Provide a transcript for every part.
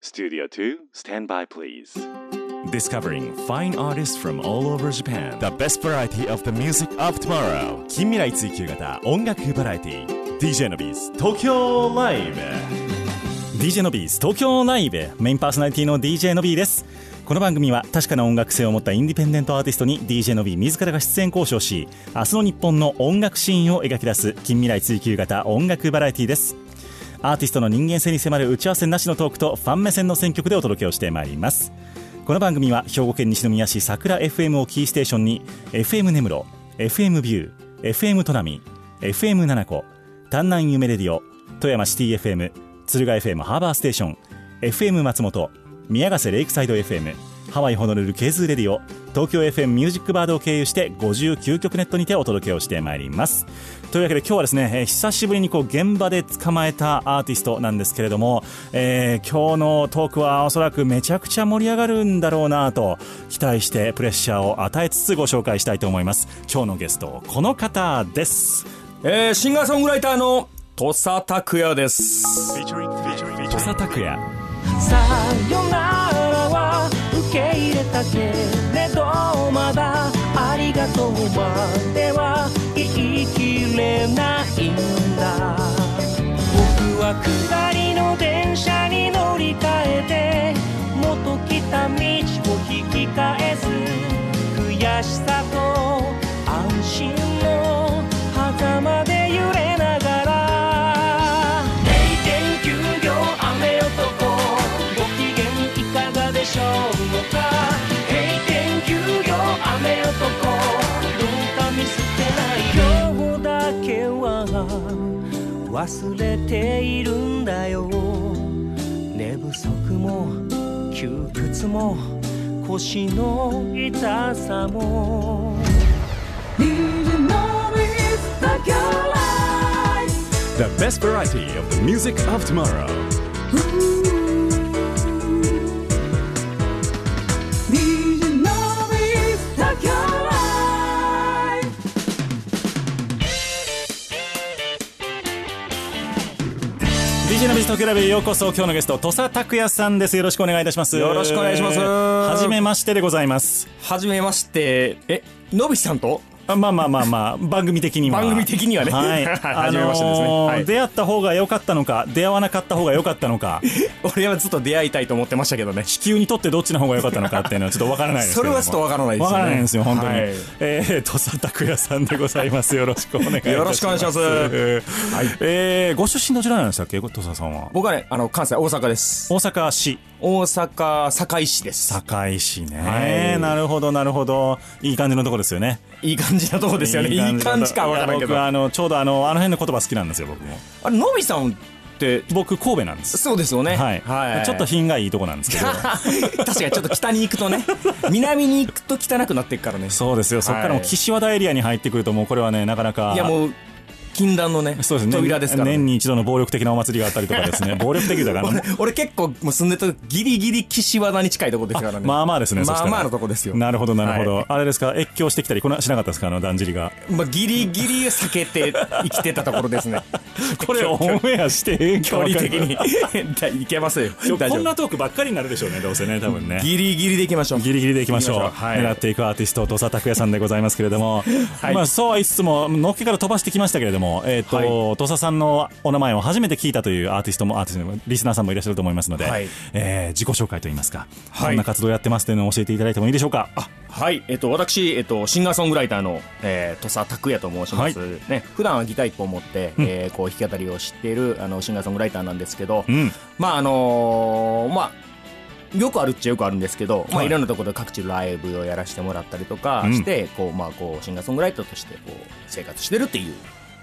Studio 2, stand by please. Discovering fine artists from all over Japan. The best variety of the music of tomorrow. 近未来追求型音楽バラエティ DJ のビーズ東京ライブ DJ のビーズ東京ライブメインパーソナリティの DJ のビーです。この番組は確かな音楽性を持ったインディペンデントアーティストに DJ の B 自らが出演交渉し明日の日本の音楽シーンを描き出す近未来追求型音楽バラエティですアーティストの人間性に迫る打ち合わせなしのトークとファン目線の選曲でお届けをしてまいりますこの番組は兵庫県西宮市桜 FM をキーステーションに FM 根室 FM ビュー FM トナミ FM 七子丹南夢レディオ富山シティ FM 鶴ヶ FM ハーバーステーション FM 松本宮ヶ瀬レイクサイド FM ハワイホノルルケーズレディオ東京 FM ミュージックバードを経由して59曲ネットにてお届けをしてまいりますというわけで今日はですね、えー久しぶりにこう現場で捕まえたアーティストなんですけれども、えー今日のトークはおそらくめちゃくちゃ盛り上がるんだろうなと期待してプレッシャーを与えつつご紹介したいと思います今日のゲストこの方ですえー、シンガーソングライターの土佐拓也です。 Featuring, featuring, 土佐拓也さよならは受け入れたけれどまだありがとうまでは言い切れないんだ僕は下りの電車に乗り換えて元来た道を引き返す悔しさと安心の狭間で揺れながら0.9秒雨男ご機嫌いかがでしょうか0.9秒雨男どうか見捨てない今日だけは忘れているんだよ寝不足も窮屈も腰の痛さも The best variety of the music of tomorrow ビジネス東京ライブへようこそ今日のゲスト土佐拓也さんですよろしくお願いいたしますよろしくお願いしますはじめましてでございますはじめまして、え、のびさんと あまあまあまあまあ番組的には番組的にはね はいはじめましてですねあのーはい出会った方が良かったのか出会わなかった方が良かったのか俺はずっと出会いたいと思ってましたけどね。地球にとってどっちの方が良かったのかっていうのはちょっとわからないですけそどれもはちょっとわからないですよわね。からないんですよ、本当に。はいえー、土佐拓也さんでございます。よろしくお願いいたします。よろしくお願いしますえーえーご出身どちらなんでしたっけ、土佐さんは。僕はね、あの、関西、大阪です。大阪市大阪、堺市です。堺市ね、はいなるほどなるほどいい感じのところですよねいい感じなとこですよね。いい感じかわからないけいや僕ど。はああのちょうどあのあの辺の言葉好きなんですよ僕もれ、のびさんって、僕神戸なんですそうですよね。はい、ちょっと品がいいとこなんですけど 確かにちょっと北に行くとね、南に行くと汚くなっていくからね。そうですよそこからもう岸和田エリアに入ってくるともうこれはねなかなかいやもう、禁断のね、そうですね扉ですからね年に一度の暴力的なお祭りがあったりとかです ね暴力的だから俺俺結構もう住んでた時ギリギリ岸和田に近いとこですからねまあまあですね、そましたあらまあのとこですよなるほど、なるほど、はいあれですか、越境してきたり、このしなかったですか、あのだんじりが。まあギリギリ避けて生きてたと ころですねこれ、オンエアしてええんか距分離かん的ない、に いけますよ大 こ丈ん夫なトークばっかりになるでしょうね、どうせね、多分ね。ギリギリでいきましょうギリギリでいきましょう行きましょうはい狙っていくアーティスト土佐拓也さんでございますけれども、はいまあ、そうは言いつつものっけから飛ばしてきましたけれども、えーとはい土佐さんのお名前を初めて聞いたというアーティストもアーティストもリスナーさんもいらっしゃると思いますので、はいえー自己紹介といいますか、はいどんな活動やってますというのを教えていただいてもいいでしょうかはい、えっと、私、えっと、シンガーソングライターの、えー、土佐拓也と申します、ね、普段はギター一本持って、えーこう弾き語りをしているあのシンガーソングライターなんですけど、うんまああのーまあよくあるっちゃよくあるんですけど、まはあ、いいろんなところで各地ライブをやらせてもらったりとかうんして、こうまあ、こうシンガーソングライターとしてこう生活してるっていう、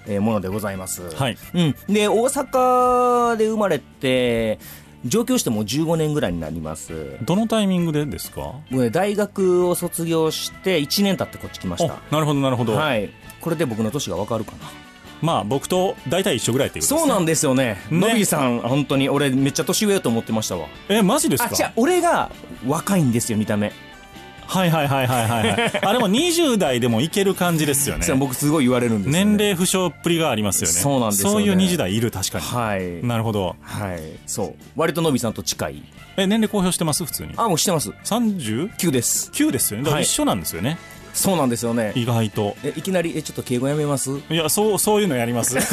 えーものでございます、はいうん、で大阪で生まれて上京してもう15年ぐらいになりますどのタイミングでですかもうね大学を卒業して1年経ってこっち来ましたおなるほどなるほど、はいこれで僕の年がわかるかなまあ僕と大体一緒ぐらいっていうことでそうすねなんですよねねのびーさん本当に俺めっちゃ年上やと思ってましたわえマジですあかじゃ俺が若いんですよ見た目はいはいはいはいはいはいあれも20代でもいける感じですよ ね実は僕すごい言われるんですよ、ね、年齢不詳っぷりがありますよねそうなんですよねそういう20代いる確かに、はいなるほどはいそう割とのびさんと近いえ年齢公表してます普通にあもうしてます 39? 9です9ですよねだからはい一緒なんですよね、そうなんですよね意外とえいきなりえちょっと敬語やめますいやそうそういうのやります こ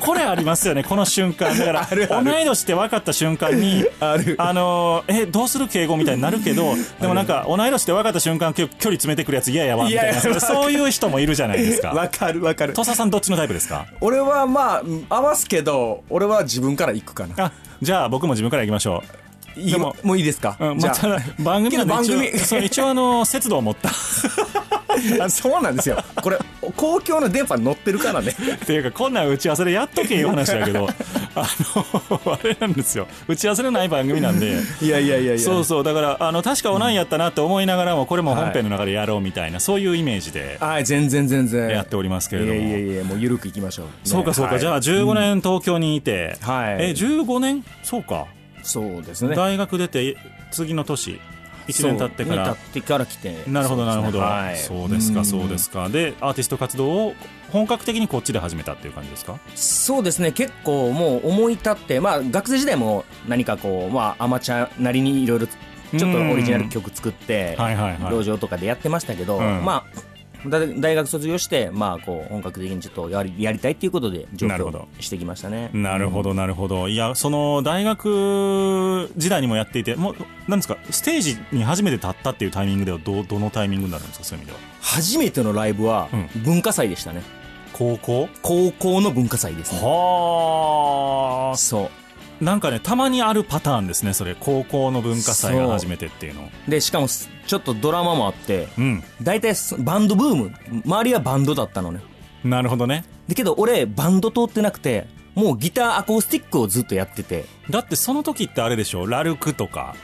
これありますよねこの瞬間だから同い年って分かった瞬間にあるあのーえどうする敬語みたいになるけ どでもなんか同い年って分かった瞬間距距離詰めてくるやつ嫌やわみたいいなやいやそういう人もいるじゃないです わかかるわかる土佐さんどっちのタイプですか俺はまあうん合わすけど俺は自分から行くかなあじゃあ僕も自分からいきましょいいでももういいですか、う、うん、じゃまあた番組なんで一応けど番組 そう一応あのー節度を持った あそうなんですよこれ公共の電波に乗ってるからねっていうかこんなん打ち合わせでやっとけいう話だけ どあのあれなんですよ打ち合わせのない番組なんでいやいやいやいやそうそうだからあの確かおなんやったなって思いながらもこれも本編の中でやろうみたいな、そういうイメージではい全然全然やっておりますけれどもいやいやいやもう緩くいきましょう、ねそうかそうか、はいじゃあ15年東京にいて、はいえ15年そうか、そうですね大学出て次の年1年経ってかそうらね経ってから来てなるほどなるほど、そうそうですかそうですかでアーティスト活動を本格的にこっちで始めたっていう感じですかですね,、そうですね結構もう思い立ってまあ学生時代も何かこうまあアマチュアなりにいろいろちょっとオリジナル曲作って、はいはいはい路上とかでやってましたけど、うんまあだ大学卒業して、まあ、こう本格的にちょっとやりやりたいっていうことで上なるほ京どしてきましたねなるほどなるほどいやその大学時代にもやっていてもうなんですかステージに初めて立ったっていうタイミングではどうどのタイミングになるんですかそういう意味では初めてのライブはう文化祭でしたね、高校高校の文化祭ですねはそあなんかねたまにあるパターンですねそれ高校の文化祭が初めてっていうのうでしかもすちょっとドラマもあってうん大体すバンドブーム周りはバンドだったのねなるほどねだけど俺バンド通ってなくてもうギターアコースティックをずっとやっててだってその時ってあれでしょラルクとか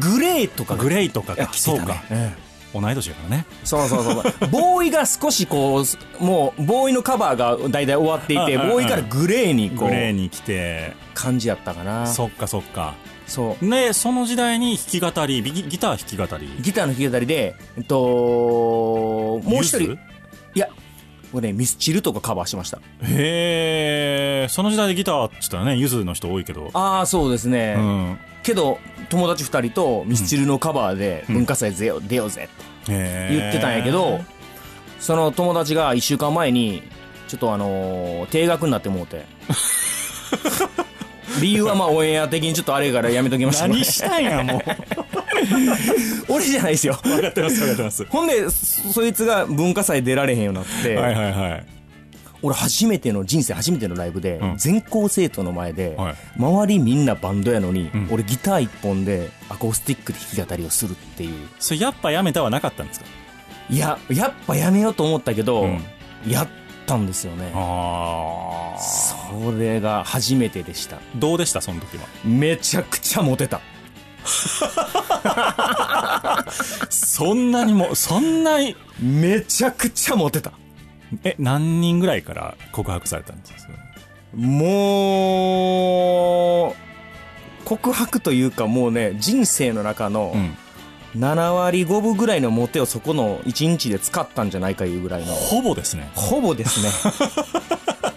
グレーとかグレイとかいや来てそたうねかええ同い年だからねそうそうそうそう。ボーイが少しこうす、もう、ボーイのカバーが大体終わっていて、うんうんうんボーイからグレーにこグレイう、に来て感じやったかな。そっかそっかそでその時代に弾き語りビギギター弾き語りう。ギターの弾き語りで、えっと、もう一ユ人ズ、いや、これね、ミスチルとかカバーしました。へえその時代でギターって言ったらねゆずの人多いけどああ、そうですね。うんけど、友達二人とミスチルのカバーで、うん文化祭出よ,、う出ようぜってへー言ってたんやけど、その友達が一週間前に、ちょっとあのー定額になってもう て。理由はまあオンエア的にちょっとあれやからやめときました、何したんや もう俺じゃないですよ。分かってます分かってますほんで、そそいつが文化祭出られへんようになって、はいはいはい俺初めての、人生初めてのライブで、うん全校生徒の前で、はい周りみんなバンドやのに、うん俺ギター一本でアコースティックで弾き語りをするっていう。それやっぱやめたはなかったんですかいや、やっぱやめようと思ったけど、うんやったんですよね。あそれが初めてでした。どうでしたその時はめちゃくちゃモテた。そんなにもそんなにめちゃくちゃモテた。え何人ぐらいから告白されたんですかもう、告白というかもうね、人生の中のうん7割5分ぐらいのモテをそこの1日で使ったんじゃないかいうぐらいの。ほぼですねほぼです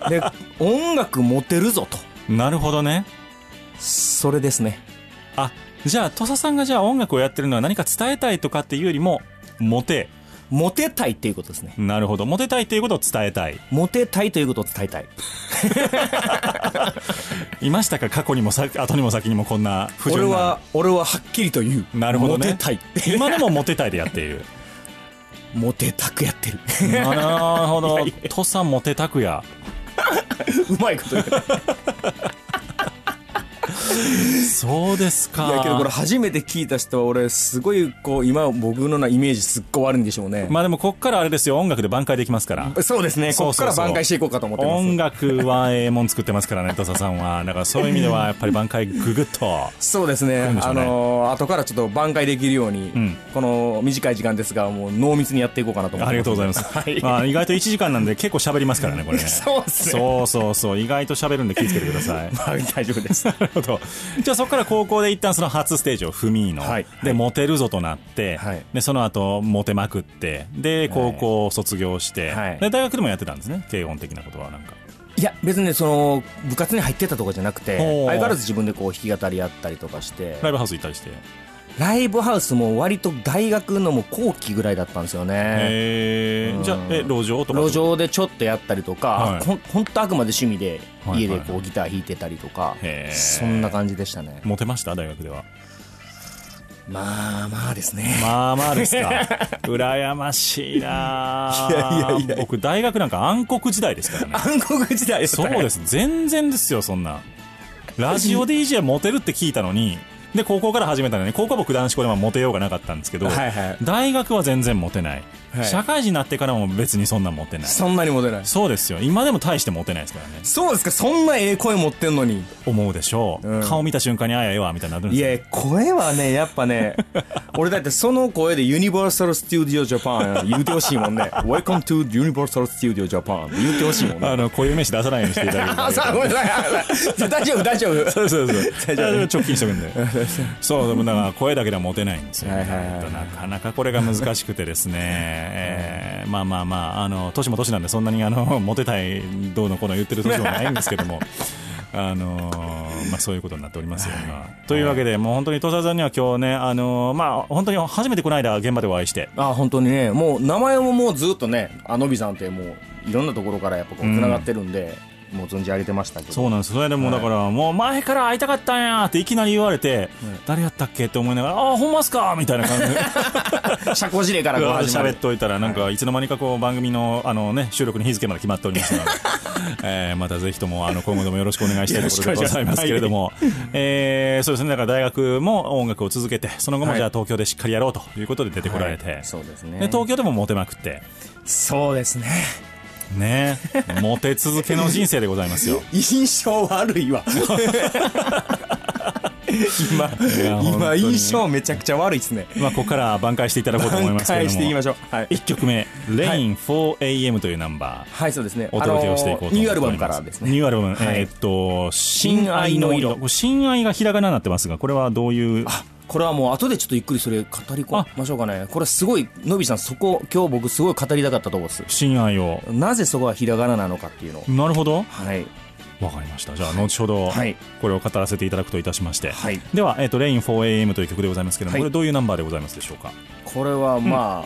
ね。で、音楽モテるぞと。なるほどねそれですね。あじゃあ土佐さんがじゃあ音楽をやってるのは何か伝えたいとかっていうよりもモテモテたいっていうことですね。なるほどモテたいっていうことを伝えたいモテたいということを伝えたい。いましたか過去にもさ後にも先にもこんな不俺純なは、俺ははっきりと言う。なるほどねモテたいって。今でもモテたいでやってい るモテたくやってる。なるほど土佐モテたくやうまいこと言う。そうですかいやけどこれ初めて聞いた人は俺すごいこう今僕のなイメージすっごい悪いんでしょうね、まあでもこっからあれですよ音楽で挽回できますからそうですねそうそうそうこっから挽回していこうかと思ってます音楽はええもん作ってますからね土佐さんはだからそういう意味ではやっぱり挽回ググッとそうですね来るんでしょあうねのー後からちょっと挽回できるように、んこの短い時間ですがもう濃密にやっていこうかなと思ってありがとうございますす、まあ、意外と1時間なんで結構喋りますからねこれね そうっすね そうそうそう意外と喋るんで気をつけてくださいはい大丈夫ですなるほどじゃあそこから高校で一旦その初ステージを踏みの、はいでモテるぞとなって、はいでその後モテまくってで高校を卒業して、はいで大学でもやってたんですね軽音的なことはなんかいや別にねその部活に入ってたとかじゃなくておー相変わらず自分でこう弾き語りやったりとかしてライブハウス行ったりしてへライブハウスも割と大学のもう後期ぐらいだったんですよねえじゃあえ路上とか路上でちょっとやったりとはかいほんほんとあくまで趣味ではい家でこうギター弾いてたりとかへーそんな感じでしたねモテました大学ではまあまあですねまあまあですか羨ましいなあいやいやいやいや僕大学なんか暗黒時代ですからね暗黒時代ですそうです全然ですよそんなラジオ DJ はモテるって聞いたのにで高校から始めたのに高校は僕男子校でもモテようがなかったんですけど、はいはい大学は全然モテない、はい社会人になってからも別にそんなモテないそんなにモテないそうですよ今でも大してモテないですからねそうですかそんなええ声持ってんのに思うでしょう、うん顔見た瞬間にあやええわみたいになるんでいすよや声はねやっぱね 俺だってその声でユニバーサル・スタジオ・ジャパン言うてほしいもんね Welcome to Universal Studio Japan 言うてほしいもんねあの固有名詞出さないようにしていただければ あさあごめんなさい大丈夫 大丈夫そうそうそう。大丈夫直近してく んで。そう、でもだから声だけではモテないんですよ。はいはいはいなかなかこれが難しくて ですね、えーまあまあまあ、あの、年も年なんでそんなにあの、モテたいどうのこうの言ってる年もないんですけど も、あのーまあそういうことになっておりますよ、今。というわけで、もう本当に土佐さんには今日ね、あのーまあ本当に初めてこの間現場でお会いして、あ本当にねもう名前ももうずっとねあのびさんってもういろんなところからやっぱこう繋がってるんで、もう存じ上げてましたけどそうなんですそれでもうだから、もう前から会いたかったんやっていきなり言われて、誰やったっけって思いながら、ああ、ほんまっすかみたいな感じで。社交辞令からこう始ま喋っるといたらなんかいつの間にかこう番組のあの、ね、収録の日付まで決まっており ますので、えーまたぜひともあの今後ともよろしくお願いしたいところでございますけれども、えーそうですねだから大学も音楽を続けてその後もはいじゃあ東京でしっかりやろうということで出てこられて、はいそうですねで東京でもモテまくってそうですねねモテ続けの人生でござい ますよ。 印象悪いわ今いや本当今に印象めちゃくちゃ悪いですねまあ、ここからは挽回していただこうと思いますけれ挽ど回していきましょうはい1曲目「Rain4AM」というナンバー。はいそうですねお届けをしていこうと思っております、あのニューアルバムからですねニューアルバム、はいえーっと「親愛の色」ここれ親愛がひらがなになってますがこれはどういうこれはもう後でちょっとゆっくりそれ語り込みましょうかねこれすごいのびさんそこ今日僕すごい語りたかったと思うんです親愛をなぜそこはひらがななのかっていうのをなるほどはいわかりましたじゃあ後ほどはいこれを語らせていただくといたしまして、はいでは、えーっと「Rain4AM」という曲でございますけども、はいこれどういうナンバーでございますでしょうかこれはまあ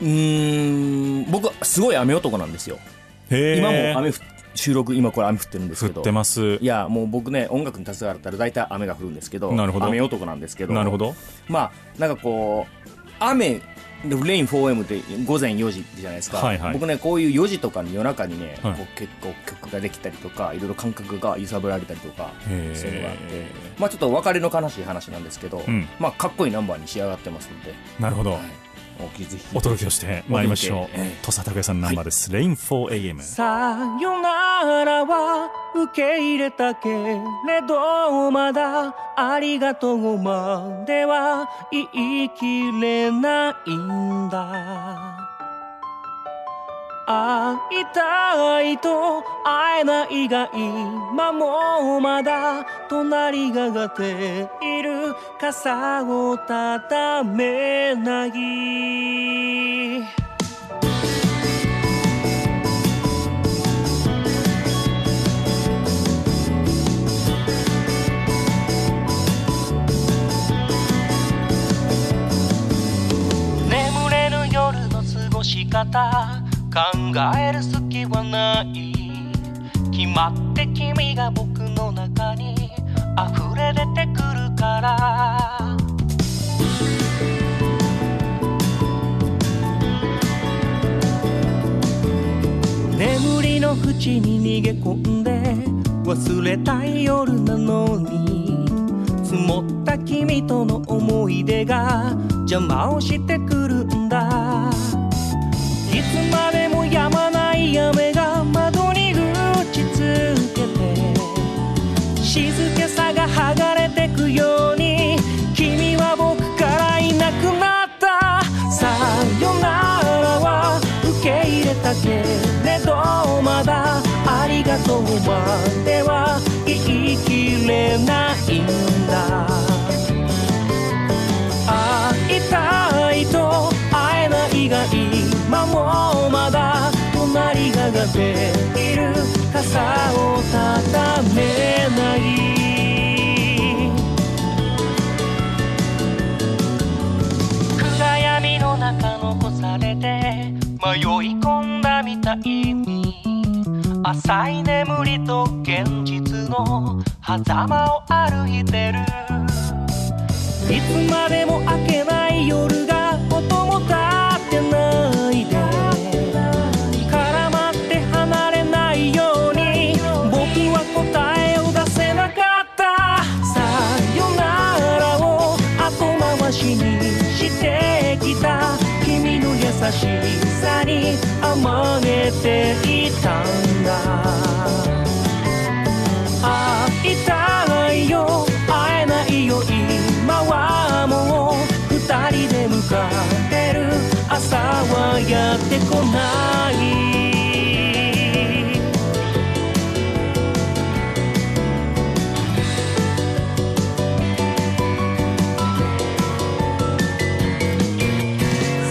うーん僕すごい雨男なんですよへー今も雨降っ収録今これ雨降ってるんですけ降どってますいやもう僕ね音楽に携わったら大体雨が降るんですけどなるほど雨男なんですけどなるほどまあなんかこう雨でレイン 4M って午前4時じゃないですか、はいはい僕ねこういう4時とかに夜中にね、はいこう結構曲ができたりとかいろいろ感覚が揺さぶられたりとかそうへーいうのがあって、まあ、ちょっと別れの悲しい話なんですけど、んまあ、かっこいいナンバーに仕上がってますので、なるほど、はい、お気づきお届けをしてまいりましょうお届けええ土佐拓也さんのナンバーです「Rain4AM」さよならは受け入れたけれどまだありがとうまでは言い切れないんだ会いたいと会えないが今もまだ隣ががっている傘を畳めない眠れぬ夜の過ごし方考える隙はない決まって君が僕の中に溢れ出てくるから眠りの淵に逃げ込んで忘れたい夜なのに積もった君との思い出が邪魔をしてくるんだいつまでも止まない雨が窓に打ちつけて静けさが剥がれてくように君は僕からいなくなったさよならは受け入れたけれどまだありがとうまでは言い切れ浅い眠りと現実の狭間を歩いてるいつまでも明けない夜が音も立ってないで絡まって離れないように僕は答えを出せなかったさよならを後回しにしてきた君の優しさに甘えていたんだ会いたいよ会えないよ今はもう二人で向かってる朝はやってこない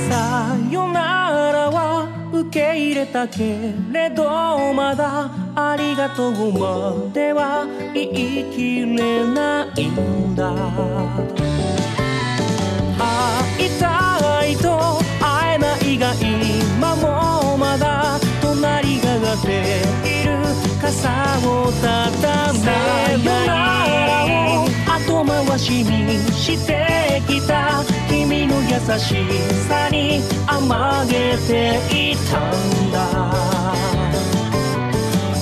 さよならは受け入れたけれどまだありがとうまでは言い切れないんだ会いたいと会えないが今もまだ隣ががっている傘をたためない後回しにしてきた君の優しさに甘えていたんだ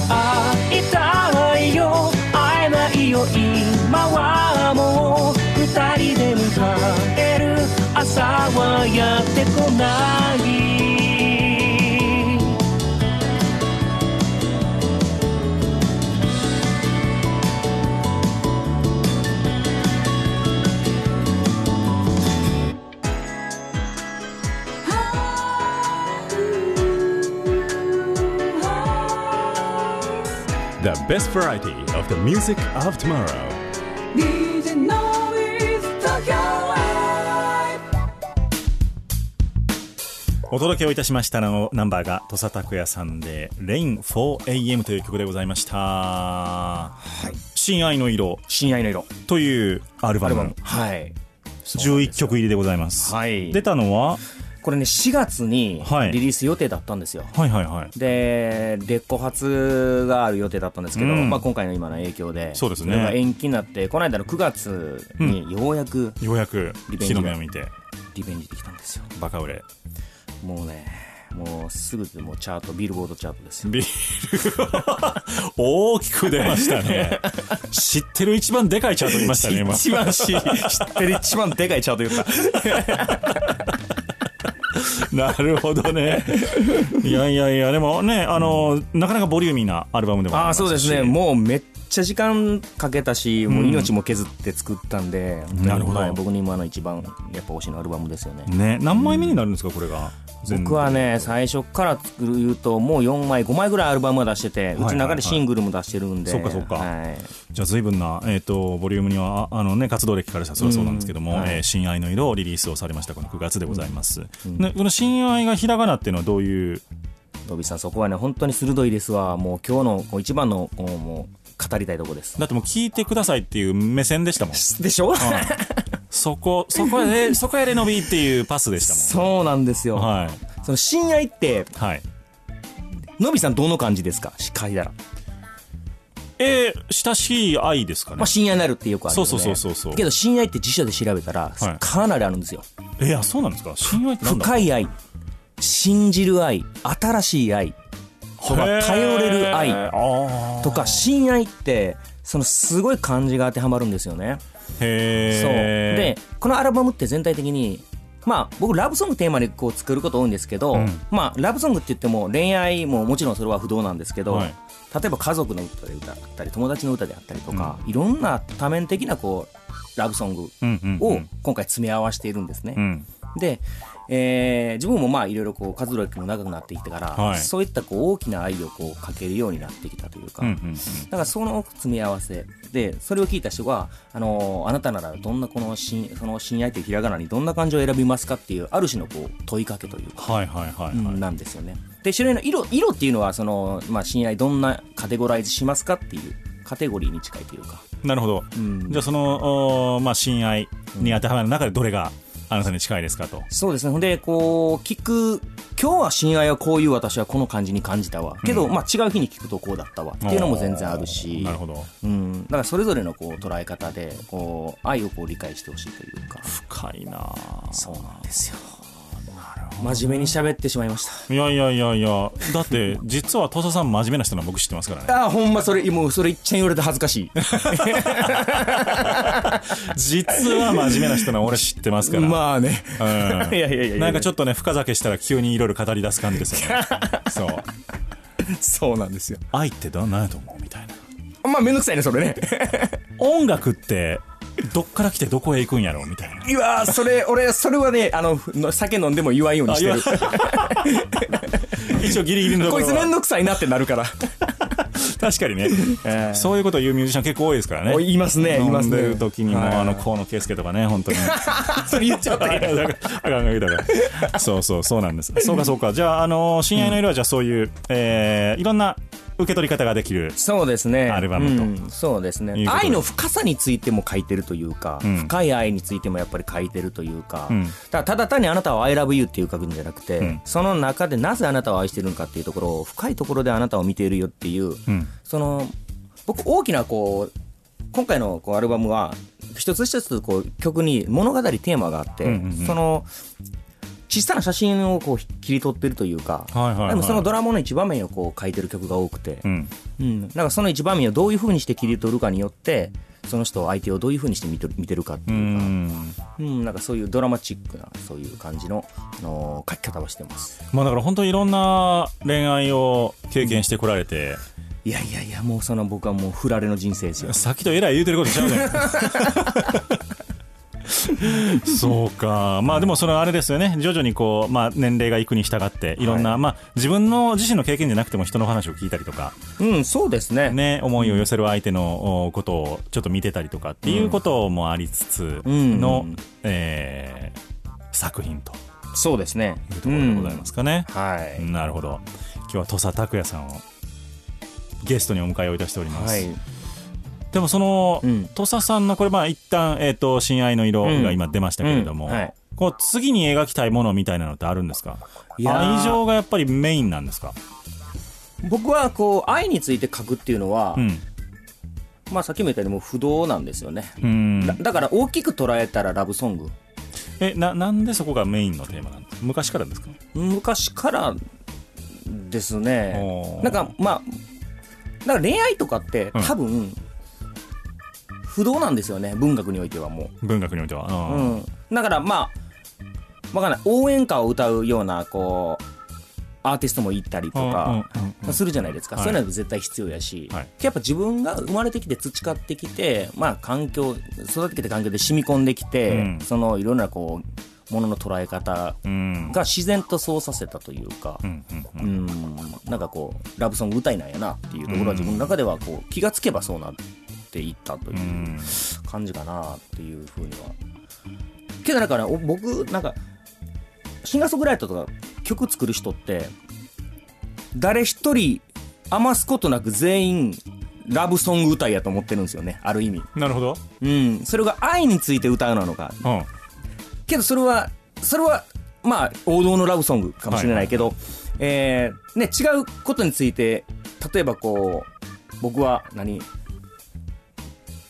会いたいよ会えないよ今はもう二人で向かえる朝はやってこない The best variety of the music of tomorrow. DJ Noise Tokyo Live お届けをいたしましたのナンバーが土佐拓也さんで「Rain4AM」という曲でございました、親愛の色親愛の色というアルバアルムバムはい11曲入りでございます、はい出たのはこれね4月にはいリリース予定だったんですよ、はいはいはいでレッコ発がある予定だったんですけど、うんまあ、今回の今の影響でそうですねれが延期になってこの間の9月にようやくようやくリベン日ジの目を見てリベンジできたんですよ、バカ売れもうねもうすぐでもうチャートビルボードチャートですよビール 大きく出ましたね知ってる一番でかいチャートいましたね今一番し知ってる一番でかいチャート言ったなるほどね。いやいやいや、でもね、あの、なかなかボリューミーなアルバムでもありあまあすし。そうですねもうめっちゃ時間かけたし、もう命も削って作ったんで本当になるほどはい僕に今の一番やっぱ推しのアルバムですよねね、何枚目になるんですか、これが。全部僕はね最初から作る言うともう4枚5枚ぐらいアルバムは出しててうちの中でシングルも出してるんではいはいはいそっかそっかはいじゃあ随分な、えっ、と、ボリュームには、ああのね、活動歴からしたらそれはそうなんですけども、うんはいえー親愛の色をリリースをされました、この9月でございます。ねこの親愛がひらがなっていうのはどういう、ドビーさんそこはね本当に鋭いですわもう今日のこう一番のこうもう語りたいとこですだってもう聞いてくださいっていう目線でしたもん。でしょそこ、そこで、そこやで伸びっていうパスでした そうなんですよ、もん。はい。その親愛ってはい。のびさんどの感じですかし書いたら、えー、親しい愛ですかねまあ、。親愛になるってよくあるよ、ね、そうそうそうそうそうけど親愛って辞書で調べたら、はいかなりあるんですよいや、そうなんですか親愛ってなんだ深い愛信じる愛新しい愛とかへー頼れる愛あーとか親愛ってそのすごい漢字が当てはまるんですよね、へそうーでこのアルバムって全体的にまあ僕ラブソングテーマでこう作ること多いんですけど、うんまあラブソングって言っても恋愛ももちろんそれは不動なんですけど、はい例えば家族の歌で歌ったり友達の歌であったりとか、いろんな多面的なこうラブソングうんうんうをん今回詰め合わせているんですね、うんで、えー自分もまあいろいろこう活動歴も長くなってきてから、はいそういったこう大きな愛をこうかけるようになってきたというか、うんうんだからその積み合わせでそれを聞いた人が、あのーあなたならどんなこの親その親愛というひらがなにどんな感情を選びますかっていうある種のこう問いかけというか、はいはいはいはい、なんですよねで白いの色色っていうのはその、まあ、親愛どんなカテゴライズしますかっていうカテゴリーに近いというかなるほど、んじゃあそのおーまあ親愛に当てはまる中でどれがあなたに近いですかと。そうですね。ほんで、こう、聞く、今日は親愛はこういう私はこの感じに感じたわ。けど、まあ違う日に聞くとこうだったわ。っていうのも全然あるし。なるほど。うん。だからそれぞれのこう捉え方で、こう、愛をこう理解してほしいというか。深いなあそうなんですよ。真面目に喋ってしまいましいやいやいやいや、だって、 実は土佐さん真面目な人なの僕知ってますから ね。た。ああ、ほんまそれ、もうそれいっちゃん言われて恥ずかしい。実は真面目な人なの俺知ってますから。 まあね。うん いやいやいやいやなんかちょっとね、深酒したら急にいろいろ語り出す感じです よね。そう。そうなんですよ。愛ってどんなんやと思うみたいな。まあめんどくさいね、それね。音楽って、どっから来てどこへ行くんやろうみたいな。いやーそれ、俺、それはね、あの、の酒飲んでも言わんようにしてる。 一応ギリギリのとここいろつめんはどくさいなってなるから。確かにね、ええそういうことを言うミュージシャン結構多いですからねお言いますね言いますね飲んでる時にも、はいあの河野圭介とかね本当に それ言っちゃったけど。 あかんがだからそうそうそうなん ですそうかそうかじゃあ、あの親愛の色はじゃあそういう、えーいろんな受け取り方ができるそうですね。アルバムとうんそうですいね。うことで愛の深さについても書いてるというか、ん深い愛についてもやっぱり書いてるというか、うんただただ単にあなたを I love you っていう書くんじゃなくて、んその中でなぜあなたを愛してるのかっていうところを、深いところであなたを見ているよっていう、うんその、僕大きなこう、今回のこうアルバムは、一つ一つこう曲に物語テーマがあって、うんうんうんその、小さな写真をこう切り取ってるというか、はいはいはいでもそのドラマの一場面をこう書いてる曲が多くて、うんうん、なんかその一場面をどういうふうにして切り取るかによってその人を相手をどういうふうにして見てる見てるかってういうか、んうんなんかそういうドラマチックなそういう感じの、あのー書き方をしてますまあだから本当にいろんな恋愛を経験してこられて、いやいやいやもうその僕はもう振られの人生ですよさっきとえらい言うてることちゃうね んそうかまあでもそれはあれですよね徐々にこう、まあ、年齢がいくに従っていろんな、まあ、自分の自身の経験じゃなくても人の話を聞いたりとか、うんそうですねね、思いを寄せる相手のおことをちょっと見てたりとかっていうこともありつつうんの、うんえー作品とそうですねいうところでございますかね、うんはい、なるほど今日は土佐拓也さんをゲストにお迎えをいたしております、はいでもその、うん土佐さんのこれまあ一旦、えっと「親愛の色」が今出ましたけれども、うんはいこう次に描きたいものみたいなのってあるんですかいやー愛情がやっぱりメインなんですか、僕はこう愛について書くっていうのは、うん、まあさっきも言ったようにもう不動なんですよね、うんだだから大きく捉えたらラブソングえななんでそこがメインのテーマなんですか昔からですか昔からですねおーなんかまあなんか恋愛とかってうん多分、不動なんですよね文学においてはも文学においては、う、ううんん、だからまあわかんない応援歌を歌うようなこうアーティストも行ったりとかうんうんうんうんするじゃないですか、はいそういうのは絶対必要やし、はいやっぱ自分が生まれてきて培ってきて、まあ、環境育ってきて環境で染み込んできて、うんそのいろんなこうものの捉え方うんが自然とそうさせたというか、うんうんうーんなんかこうラブソング歌いなんやなっていうところは自分の中ではこう気がつけばそうなっていったといううん感じかなっていうふうにはけどなんかねお僕なんかシンガーソングライターとか曲作る人って誰一人余すことなく全員ラブソング歌いやと思ってるんですよねある意味なるほど、うんそれが愛について歌うなのかうんけどそれはそれはまあ王道のラブソングかもしれないけど、えーね、違うことについて例えばこう僕は何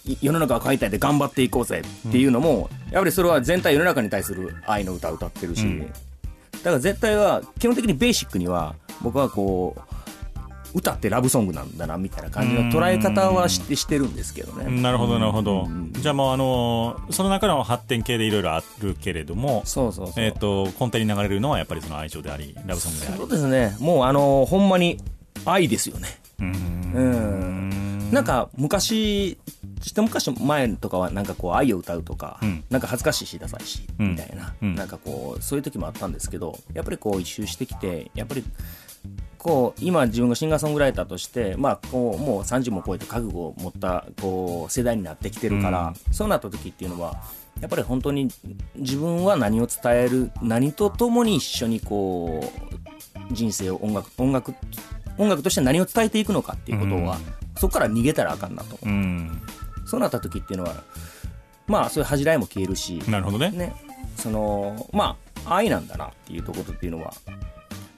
い世の中を変えたいで頑張っていこうぜっていうのも、やっぱりそれは全体世の中に対する愛の歌を歌ってるし、うんだから絶対は基本的にベーシックには僕はこう歌ってラブソングなんだなみたいな感じの捉え方はしてしてるんですけどね。なるほどなるほど、うんじゃあもうあのーその中の発展系でいろいろあるけれどもそうそうそうえっ、と根底に流れるのはやっぱりその愛情でありラブソングでありそうですね。もうあのほんまに愛ですよね。うんうん。なんか昔、一昔前とかはなんかこう愛を歌うとか、うんなんか恥ずかしいしダサいし、うんみたいな、うんなんかこう、そういう時もあったんですけど、やっぱりこう一周してきて、やっぱりこう、今自分がシンガーソングライターとして、まあこう、もう30も超えて覚悟を持ったこう世代になってきてるから、そうなった時っていうのは、やっぱり本当に自分は何を伝える、何とともに一緒にこう、人生を音楽、音楽、音楽として何を伝えていくのかっていうことは、そこから逃げたらあかんなと。うんそうなった時っていうのは、まあそういう恥じらいも消えるし、なるほどねね、そのまあ愛なんだなっていうところっていうのはじゃ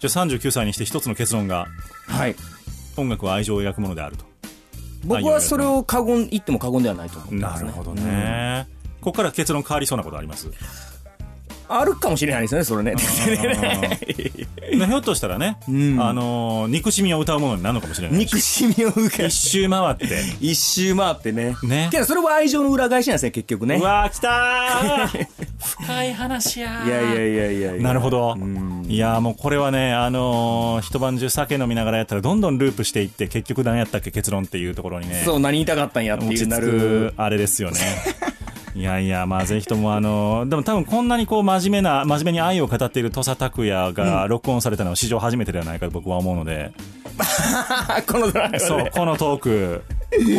あ39歳にして一つの結論がはい音楽は愛情を描くものであると僕はそれを過言言っても過言ではないと思ってまなするねほどね、ここから結論変わりそうなことありますあるかもしれないですねそれねうんひょっとしたらね、んあのー憎しみを歌うものになるのかもしれない 憎しみを受け一周回って一周回ってねねけどそれは愛情の裏返しなんですね結局ね うわー来たーいやいやいやいやい やなるほどうんいやーもうこれはね、あのー一晩中酒飲みながらやったらどんどんループしていって結局何やったっけ結論っていうところにねそう何言いたかったんやって落いちう着なるくあれです よねいやいやまあぜひともあのでも多分こんなにこう真面目な真面目に愛を語っている土佐拓也が録音されたのは史上初めてではないかと僕は思うので、あ このドラマそうねこのトーク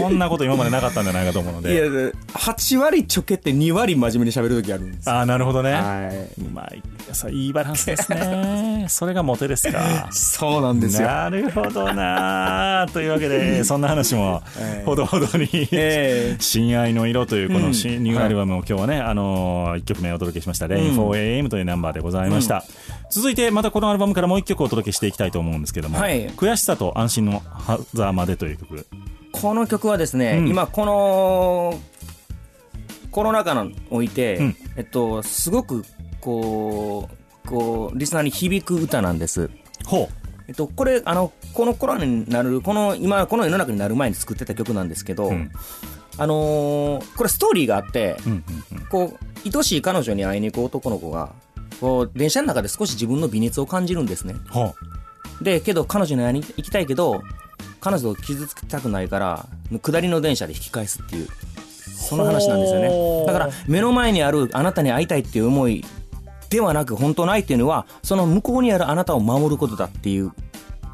こんなこと今までなかったんじゃないかと思うのいやで8割ちょけって2割真面目に喋る時あるんですよああなるほどね、はうまいそういいバランスです ねそれがモテですかいそうなんですよなるほどな というわけでそんな話もええほどほどに、ええ 親愛の色というこの新うんニューアルバムを今日はね、あの1曲目お届けしました「Rain4AM」というナンバーでございました、続いてまたこのアルバムからもう1曲お届けしていきたいと思うんですけども「はい悔しさと安心の狭間で」という曲この曲はですね、うん今このコロナ禍において、うんえっと、すごくこうこうリスナーに響く歌なんです。ほえっと、これあのこのコロナになるこの今この世の中になる前に作ってた曲なんですけど、う、うんあのーこれストーリーがあって、うんうんこう愛しい彼女に会いに行く男の子がこう電車の中で少し自分の微熱を感じるんですね。ほうでけど彼女に会いに行きたいけど彼女を傷つけたくないから下りの電車で引き返すっていうその話なんですよほねーだから目の前にあるあなたに会いたいっていう思いではなく本当の愛っていうのはその向こうにあるあなたを守ることだっていう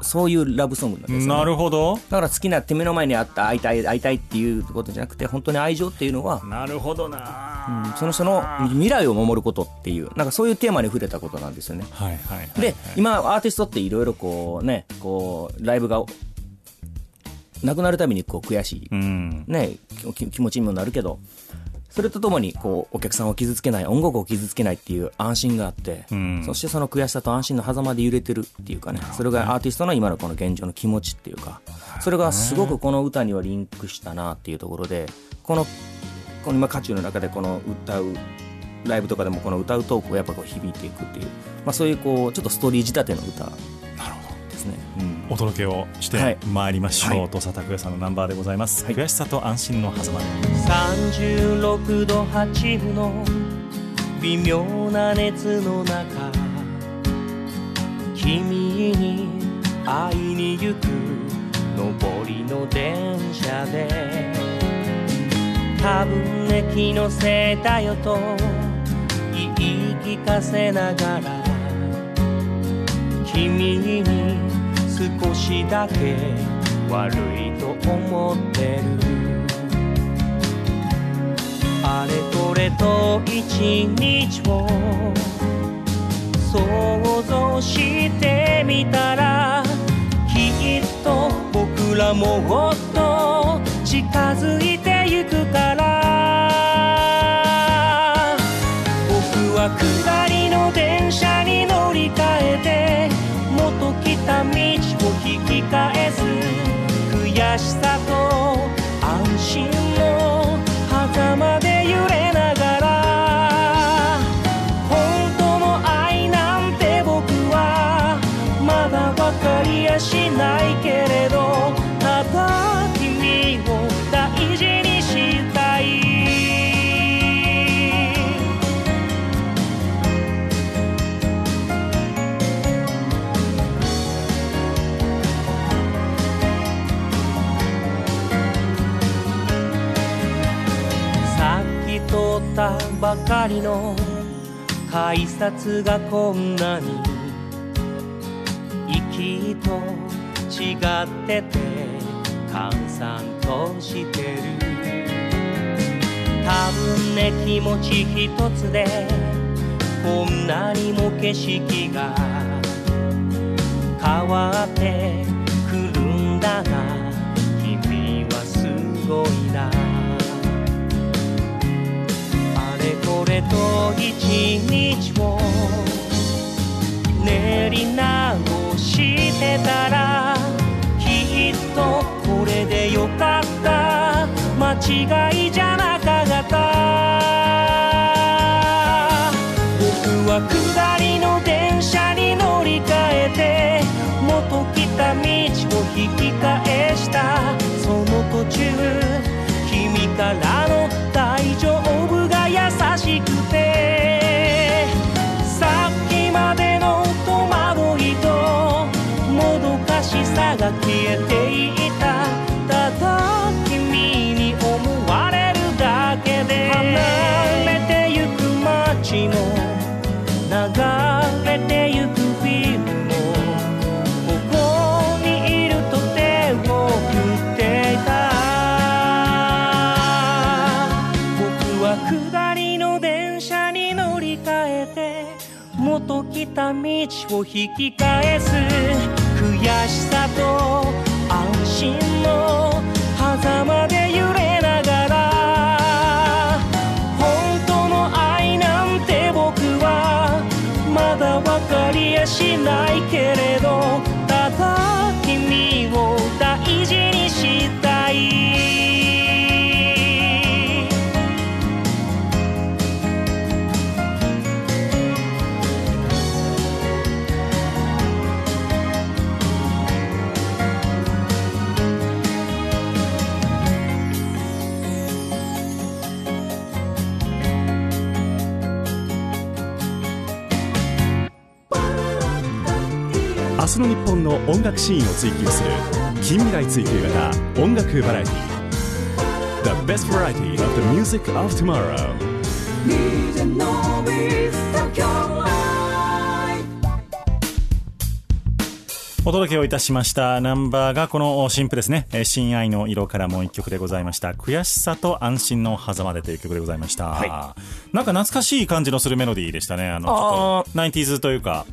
そういうラブソングなんですよ、ね、なるほどだから好きな手目の前にあった会いたい会いたいっていうことじゃなくて本当に愛情っていうのはなるほどなその人の未来を守ることっていうなんかそういうテーマに触れたことなんですよねはいはいはいで、今、アーティストっていろいろこうね、こう、ライブが、なくなるたびにこう悔しい、うんね、きき気持ちにもなるけど、それとともに、こう、お客さんを傷つけない、音楽を傷つけないっていう安心があって、うんそしてその悔しさと安心の狭間で揺れてるっていうかね、それがアーティストの今のこの現状の気持ちっていうか、それがすごくこの歌にはリンクしたなっていうところで、この、この今、渦中の中でこの歌う、ライブとかでもこの歌うトークをやっぱこう響いていくっていう、まあ、そういうこうちょっとストーリー仕立ての歌なるほどですね。お届けをしはていまいりましょう、はい土佐拓也さんのナンバーでございます、悔しさと安心の狭間で36度8分の微妙な熱の中君に会いに行く上りの電車で多分駅のせいだよと言い聞かせながら君に少しだけ悪いと思ってるあれこれと一日を想像してみたらきっと僕らももっと近づいてゆくから僕は下りの電車に乗り換えて元来た道を引き返す悔しさと安心の狭間で揺れながら本当の愛なんて僕はまだ分かりやしないけれどただ君を大事にしたいさっき通ったばかりの改札がこんなに息と違ってて閑散としてる多分ね気持ち一つでこんなにも景色が変わってくるんだな君はすごいなあれこれと一日れたらきっとこれでよかった間違いじゃなかった僕は下りの電車に乗り換えて元来た道を引き返したその途中君からの大丈夫が優しくてさっきまでの戸惑いともどかしさが消えていたただ君に思われるだけで離れてゆく街の流れてゆくフィルムのここにいると手を振っていた僕は下りの電車に乗り換えて元来た道を引き返す悔しさと安心の狭間で揺れながら本当の愛なんて僕はまだ分かりやしないけれどただ君を大事にしたい明日の日本の音楽シーンを追求する近未来追求型音楽バラエティ The best variety of the music of tomorrow DJ Novis Tokyo Live お届けをいたしましたナンバーがこの新譜ですね「親愛の色」からもう一曲でございました「悔しさと安心の狭間で」という曲でございました、なんか懐かしい感じのするメロディーでしたねあのちょっと 90s というか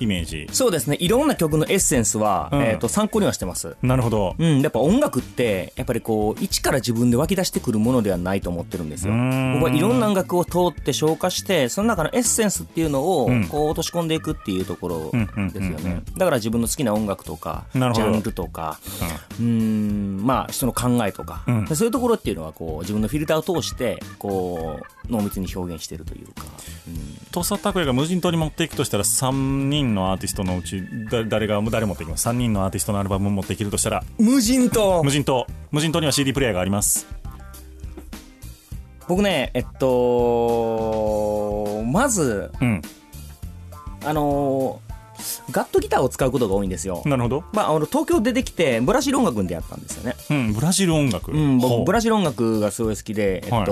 イメージそうですねいろんな曲のエッセンスは、うんえー、と参考にはしてますなるほどうん、やっぱ音楽ってやっぱりこう一から自分で湧き出してくるものではないと思ってるんですようーん僕はいろんな音楽を通って消化してその中のエッセンスっていうのをんこう落とし込んでいくっていうところうんうんですようんうねだから自分の好きな音楽とかジなるほどャンルとかうーんまあ人の考えとか、うんそういうところっていうのはこう自分のフィルターを通してこう濃密に表現してるというか、土佐拓也が無人島に持っていくとしたら3人のアーティストのうちだ誰が誰持っていきます3人のアーティストのアルバムを持っていけるとしたら無人島無人島無人島には CD プレイヤーがあります僕ねえっとまずうんあのーガットギターを使うことが多いんですよ。なるほど、まあ、あの東京出てきてブラジル音楽に出会ったんですよね。うん、ブラジル音楽、うん、ほ僕ブラジル音楽がすごい好きで、えっと、はい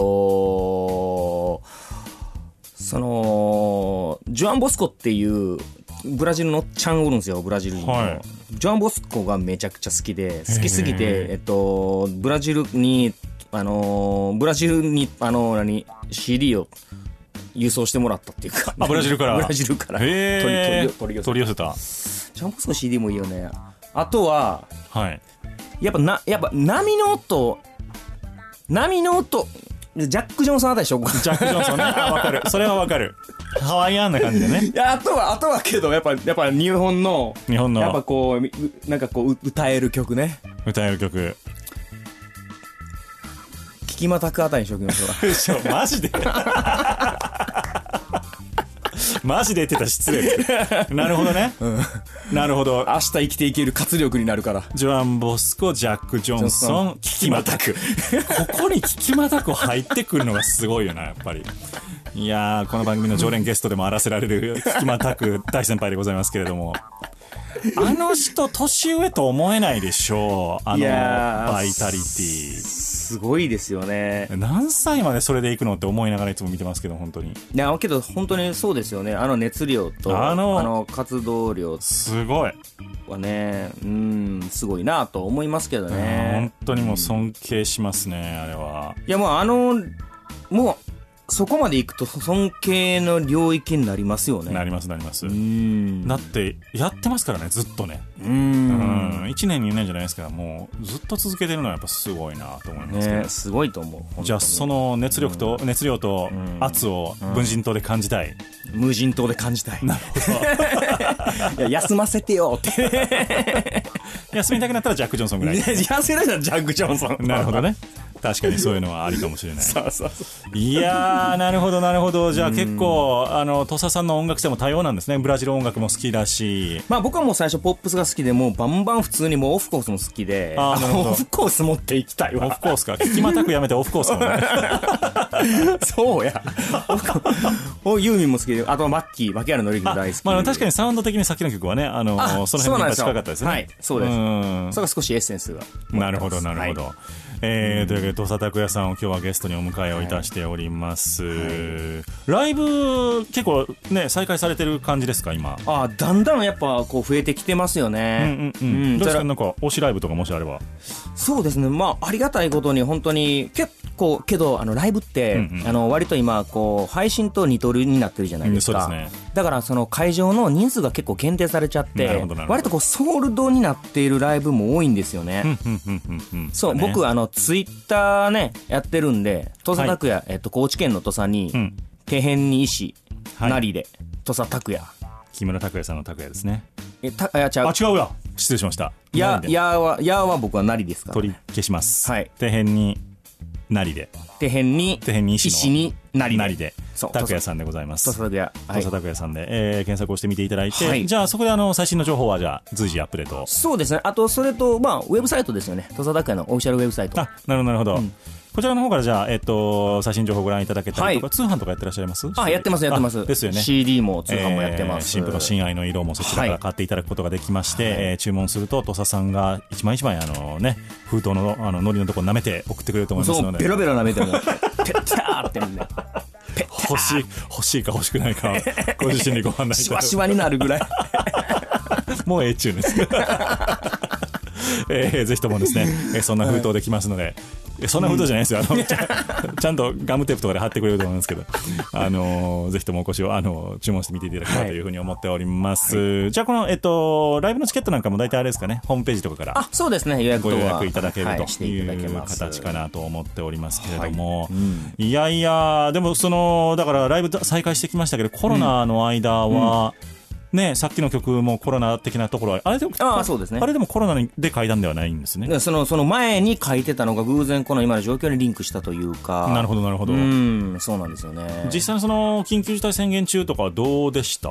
そのジュアン・ボスコっていうブラジルのおっちゃんおるんですよブラジル人の、はいジュアン・ボスコがめちゃくちゃ好きで好きすぎへてー、えっと、ブラジルにあのーブラジルにあのー何 CD を輸送してもらったっていうかあブラジルからブラジルからへー取り取り寄せ取り寄せたジャンボスの CD もいいよね。あとは、はいやっぱな、やっぱ波の音、波の音、ジャック・ジョンソンあたりでしょジャック・ジョンソンねあわかるそれはわかるハワイアンな感じでねいや、あとは、あとはけど、やっぱ、やっぱ日本の、日本やっぱのこうう、なんかこう、う歌える曲ね。歌える曲聞きまたくあたりにしときましょうか。ちょマ ジでマジで言ってたら失礼なるほどね、なるほど明日生きていける活力になるから。ジョアン・ボスコ、ジャック・ジョンソン、キキマタク。ここにキキマタク入ってくるのがすごいよな、やっぱり。いやー、この番組の常連ゲストでも荒らせられるキキマタク大先輩でございますけれども。あの人、年上と思えないでしょう。あいの、やーバイタリティ。すごいですよね。何歳までそれで行くのって思いながらいつも見てますけど、本当に。いや、けど本当にそうですよね。あの熱量と、あの活動量すごい。はね、うん、すごいなと思いますけどね。本当にもう尊敬しますね、あれは。いやもうあのもうそこまでいくと尊敬の領域になりますよねなります、なりますう。んだって、やってますからね、ずっとね。うーんうん、1年2年じゃないですからもうずっと続けてるのはやっぱすごいなと思いますけど、ねすごいと思う本当にじゃあその熱力と、熱量と圧を文人島で感じたい、無人島で感じたいなるほど いや休ませてよって休みたくなったらジャック・ジョンソン ぐらい。休めないじゃんジャック・ジョンソンなるほどね。確かにそういうのはありかもしれない。 そうそうそういやー、なるほど、なるほど。じゃあ結構、あの、土佐さんの音楽性も多様なんですね。ブラジル音楽も好きだし。まあ僕はもう最初ポップスが好きでもうバンバン普通にもうオフコースも好きであーなるほどオフコース持っていきたいオ わフコースか。聞きまたくやめてオフコースもね。そうや。 おユーミンも好きで、あとマッキー、槙原のりも 大好き。まあ確かにサウンド的にさっきの曲はね、あのあその辺に立ちかかったですね。そうなんですよはいそうでんすそれが少しエッセンスが。なるほど、なるほど。えー、というわけで、土佐拓也さんを今日はゲストにお迎えをいたしております。ライブ、結構ね、再開されてる感じですか、今。ああ、だんだんやっぱこう増えてきてますようんうね。んうん。どうですだか、かならんか、推しライブとかもしあれば。そうですね。まあありがたいことに本当に結構、けどあのライブって、うんうんあの割と今こう配信と二刀流になってるじゃないですか。うんそうですねだからその会場の人数が結構限定されちゃっなるてほどなるほど、割とこうソールドになっているライブも多いんですよね。うんうんうんうんん。そう、ね僕、あの、ツイッターね、やってるんで、土佐拓也、えっと、高知県の土佐に、うん手辺に石、はいなりで、土佐拓也。木村拓哉さんの拓哉ですね。え、た、あ、ちゃあう、。違うや。失礼しました。なやん、でやは、やは僕はなりですから、取り消します。はい底辺に、なりで。手辺に、手辺に石の石になりで。なりで。そう、拓哉さんでございます。土佐拓也。は土佐い。拓也さんで、えー検索をしてみていただいて、はいじゃあそこであの最新の情報はじゃあ随時アップデートそうですね。あと、それと、まあ、ウェブサイトですよね。土佐拓也のオフィシャルウェブサイト。あなるほどなるほど、こちらの方からじゃあ、えっと、最新情報をご覧いただけたりとか、はい通販とかやってらっしゃいますあ、やってます、やってます。あですよね CD も通販もやってます。えー新婦の親愛の色もそちらかはらい買っていただくことができまして、えー注文すると土佐さんが一枚一枚あのね封筒のあの海苔のところ舐めて送ってくれると思いますそのう、でベロベロ舐めてるの。 ペッターってみんな。欲しい欲しいか欲しくない かご自身にご判断いシただワいてシワになるぐ らい。もうええちゅうです。 えーぜひともですね、えーそんな封筒できますので、えーそんな封筒じゃないですよ。あのちゃん ちゃんとガムテープとかで貼ってくれると思うんですけど、あのーぜひともお越しを、あのー注文してみていただければというふうに思っております。じゃあ、この、えっと、ライブのチケットなんかも大体あれですかね、ホームページとかから。あ、そうですね。予約ごと予は約いただけるはいしとていただいけうます形かなと思っておりますけれども、いうんいやいや、でもその、だからライブ再開してきましたけど、コロナの間は、ね、さっきの曲もコロナ的なところは、あれでも、ああそうですねあれでもコロナで階段ではないんですね。そのその前に書いてたのが偶然この今の状況にリンクしたというかなるほど、なるほど。うんそうなんですよね実際にその緊急事態宣言中とかはどうでした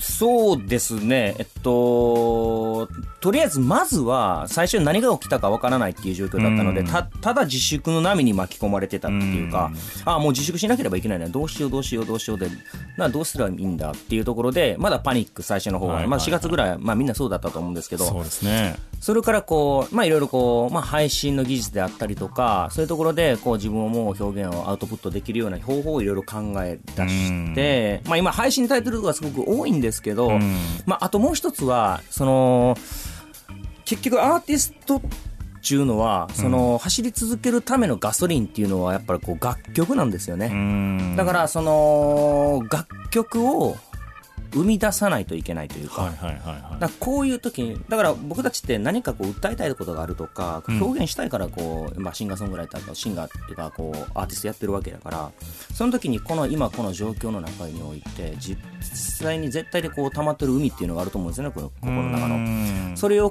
そうですねえっととりあえずまずは最初に何が起きたかわからないっていう状況だったのでうんたただ自粛の波に巻き込まれてたっていうかうんああもう自粛しなければいけないなどうしようどうしようどうしようでなどうすればいいんだっていうところでまだパニック最初の方は,、はいはいまはあい4月ぐらい、まあ、みんなそうだったと思うんですけどそうですね。それからこう、まあ、いろいろこう、まあ、配信の技術であったりとか、そういうところで、こう、自分をもう表現をアウトプットできるような方法をいろいろ考え出して、まあ、今、配信タイトルがすごく多いんですけど、うんまあ、あともう一つは、その、結局アーティストっていうのは、その、走り続けるためのガソリンっていうのは、やっぱりこう、楽曲なんですよね。うんだから、その、楽曲を生み出さないといけないというか、はいはいはいはい。だからこういう時にだから僕たちって何かこう訴えたいことがあるとかうん表現したいからこう、まあ、シンガーソングライターとかシンガーっていうかこうアーティストやってるわけだからその時にこの今この状況の中において実際に絶対でこう溜まってる海っていうのがあると思うんですよねこの心の中の。のそれを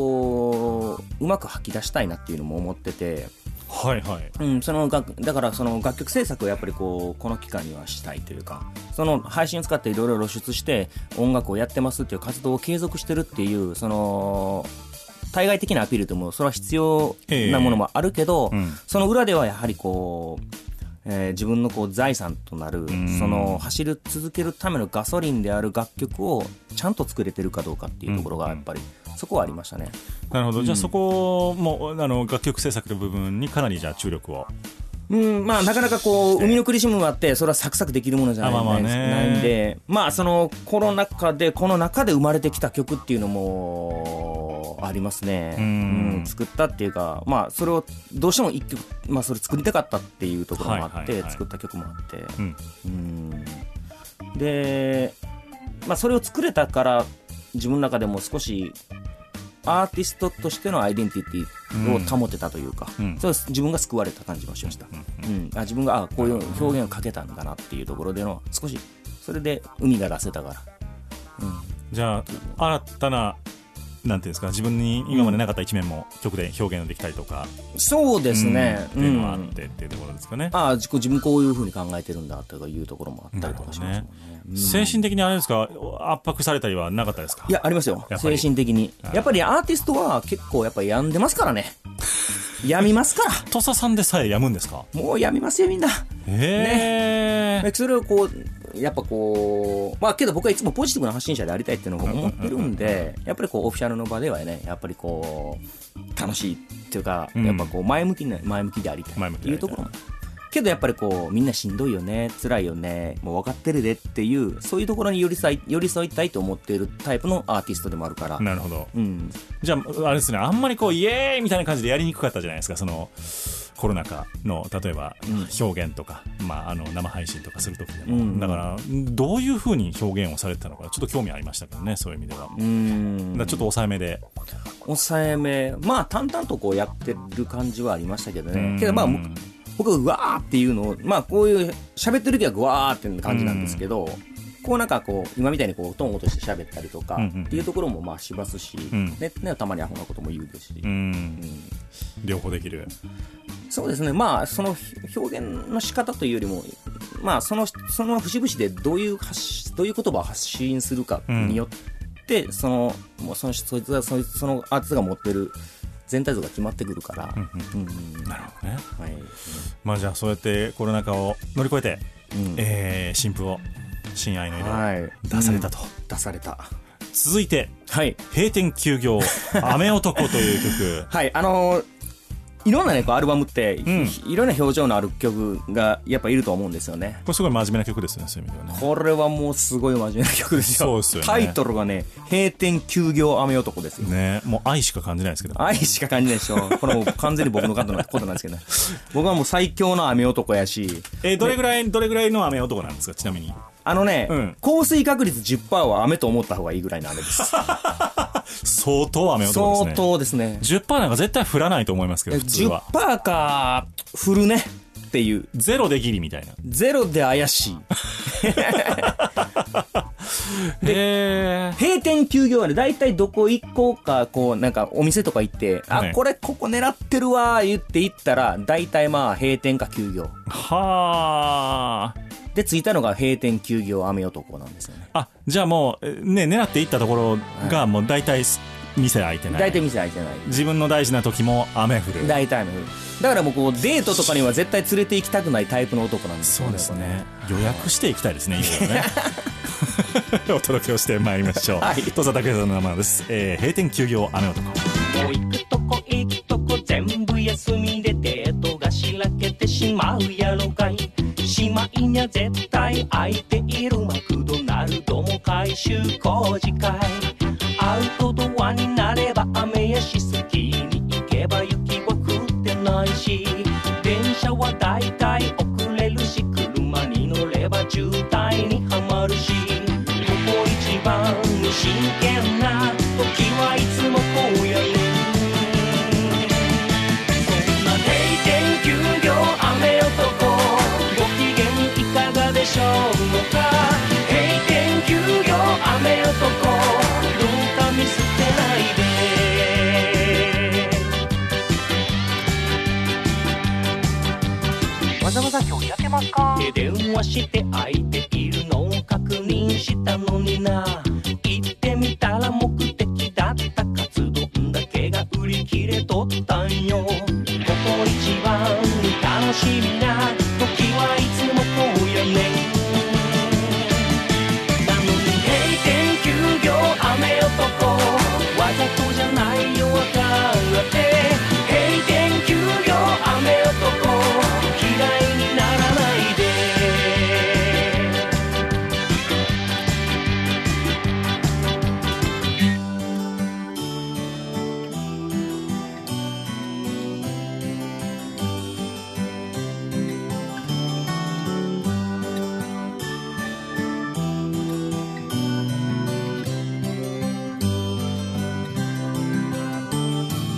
こううまく吐き出したいなっていうのも思ってて、はいはい。うん、その楽だからその楽曲制作をやっぱりこうこの期間にはしたいというかその配信を使っていろいろ露出して音楽をやってますっていう活動を継続してるっていうその対外的なアピールでもそれは必要なものもあるけど、ええうんその裏ではやはりこう、えー自分のこう財産となるんその走る続けるためのガソリンである楽曲をちゃんと作れてるかどうかっていうところがやっぱりそこはありましたね。なるほど。じゃあそこも、あの、楽曲制作の部分にかなりじゃあ注力を。うん、まあなかなかこう、生みの苦しむもあって、それはサクサクできるものじゃない,、あまあまあねないんで、まあそのコロナ禍で、この中で生まれてきた曲っていうのも、ありますね。うんう作ったっていうか、まあそれをどうしても一曲、まあそれ作りたかったっていうところもあって、はいはいはい作った曲もあって。うん。うんで、まあ、それを作れたから自分の中でも少しアーティストとしてのアイデンティティを保てたというか、うんそれは自分が救われた感じもしました、うんあ自分があこういう表現をかけたんだなっていうところでの少しそれで海が出せたから、うん、じゃあ新たななんていうんですか自分に今までなかった一面も曲で表現できたりとか、そうですね、うんっていうのはあってっていうところですかね、ああ自己自分こういうふうに考えてるんだとかいうところもあったりとかしますもんねうん精神的にあれですか圧迫されたりはなかったですかいやありますよやっぱ精り神的にあーやっぱりアーティストは結構やっぱ病んでますからね 病みますから土佐さんでさえやむんですかもう病みますよみんな へえ、でそれをこうやっぱこうまあけど僕はいつもポジティブな発信者でありたいっていうのを思ってるんでやっぱりこうオフィシャルの場ではねやっぱりこう楽しいっていうか、うんやっぱこう前向きな前向きでありた前い向きでありっていうたいところもけどやっぱりこうみんなしんどいよね辛いよねもう分かってるでっていうそういうところに寄り添い寄り添いたいと思っているタイプのアーティストでもあるから、なるほどうん、じゃああれですねあんまりこうイエーイみたいな感じでやりにくかったじゃないですかそのコロナ禍の例えば表現とか、まあ、あの生配信とかする時でも、うんうんだからどういうふうに表現をされてたのかちょっと興味ありましたけどねそういう意味では、うだんからちょっと抑えめで抑えめまあ淡々とこうやってる感じはありましたけどうんねけどまあ僕僕はうわーっていうのをまあこういう喋ってる時はうわーっていう感じなんですけど、こうなんかこう今みたいにこうトン落として喋ったりとかうんうんっていうところもまあしますし、んねねたまにアホなことも言うですし、うんうん両方できるそうですね、まあ、その表現の仕方というよりも、まあ、そのその節々でどういう発しどういう言葉を発信するかによって、そのもうそのそいつがそいつそのアーティストが持ってる全体像が決まってくるから、うんなるほどねはいまあじゃあそうやってコロナ禍を乗り越えて、うんえー新婦を親愛の色をはい、出されたと、出された。続いてはい閉店休業雨男という曲はい、あのーいろんなね、こうアルバムって、んいろんな表情のある曲がやっぱいると思うんですよね。これすごい真面目な曲ですねそういう意味ではねこれはもうすごい真面目な曲ですよ。そうですよねタイトルがね、閉店休業雨男ですよ。ねもう愛しか感じないですけど愛しか感じないでしょ。これもう完全に僕のことなことなんですけどね。僕はもう最強の雨男やし、えーどれぐらい、どれぐらいの雨男なんですかちなみにあのね、うん降水確率10%は雨と思った方がいいぐらいの雨です。相当雨男です相ね当ですね。 10%なんか絶対降らないと思いますけど普通は10%か、降るねっていう。ゼロでギリみたいなゼロで怪しい。へえ閉店休業はね、大体どこ行こうか、こう、なんかお店とか行って、あ、はいこれここ狙ってるわー言って行ったら、大体まあ閉店か休業。はあで、着いたのが閉店休業雨男なんですよね。あじゃあもうえーね狙っていったところがもう大体す店開いてない大体店開いてない。自分の大事な時も雨降る大体のだからもうこうデートとかには絶対連れて行きたくないタイプの男なんですよそうですね予約していきたいですねいろいろねお届けをしてまいりましょう、はい土佐拓也さんの生です、えー閉店休業雨男行くとこ行くとこ全部休みでデートがしらけてしまうやろかいしまいにゃ絶対空いているマクドナルドも改修工事かいアウトドアになれば雨やしスキーに行けば雪は降ってないし電車はだいたい遅れるし車に乗れば渋滞にはまるしここ一番無真剣な時はいつもこうやるそんな定点休業雨男ご機嫌いかがでしょうか閉店休業雨男どうか見捨てないでわざわざ今日やってますか電話して空いているのを確認したのにな行ってみたら目的だったカツ丼だけが売り切れとったんよここ一番楽しみな時はいつもこうやねなのに閉店休業雨男わざとじゃないよわかって閉店休業雨男嫌いにならないで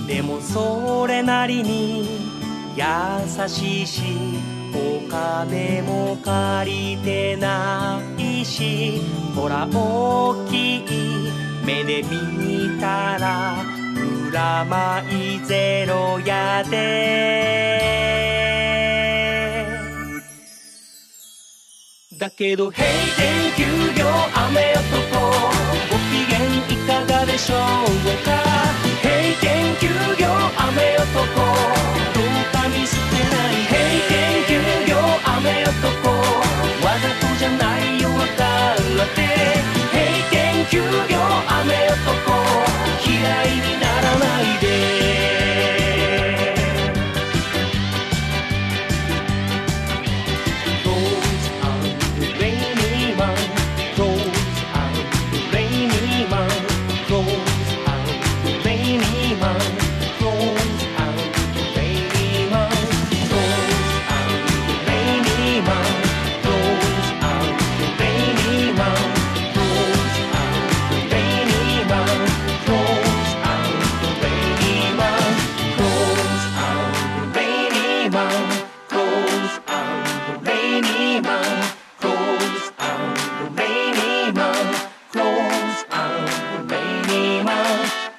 でもそれなりに優しいしお金も借りてないしほら大きい目で見たらプラマイゼロやでだけど閉店休業雨男ご機嫌いかがでしょうか閉店休業雨男どうか見捨てない閉店休業雨男わざとじゃないよわかって閉店休業雨男嫌いにならないで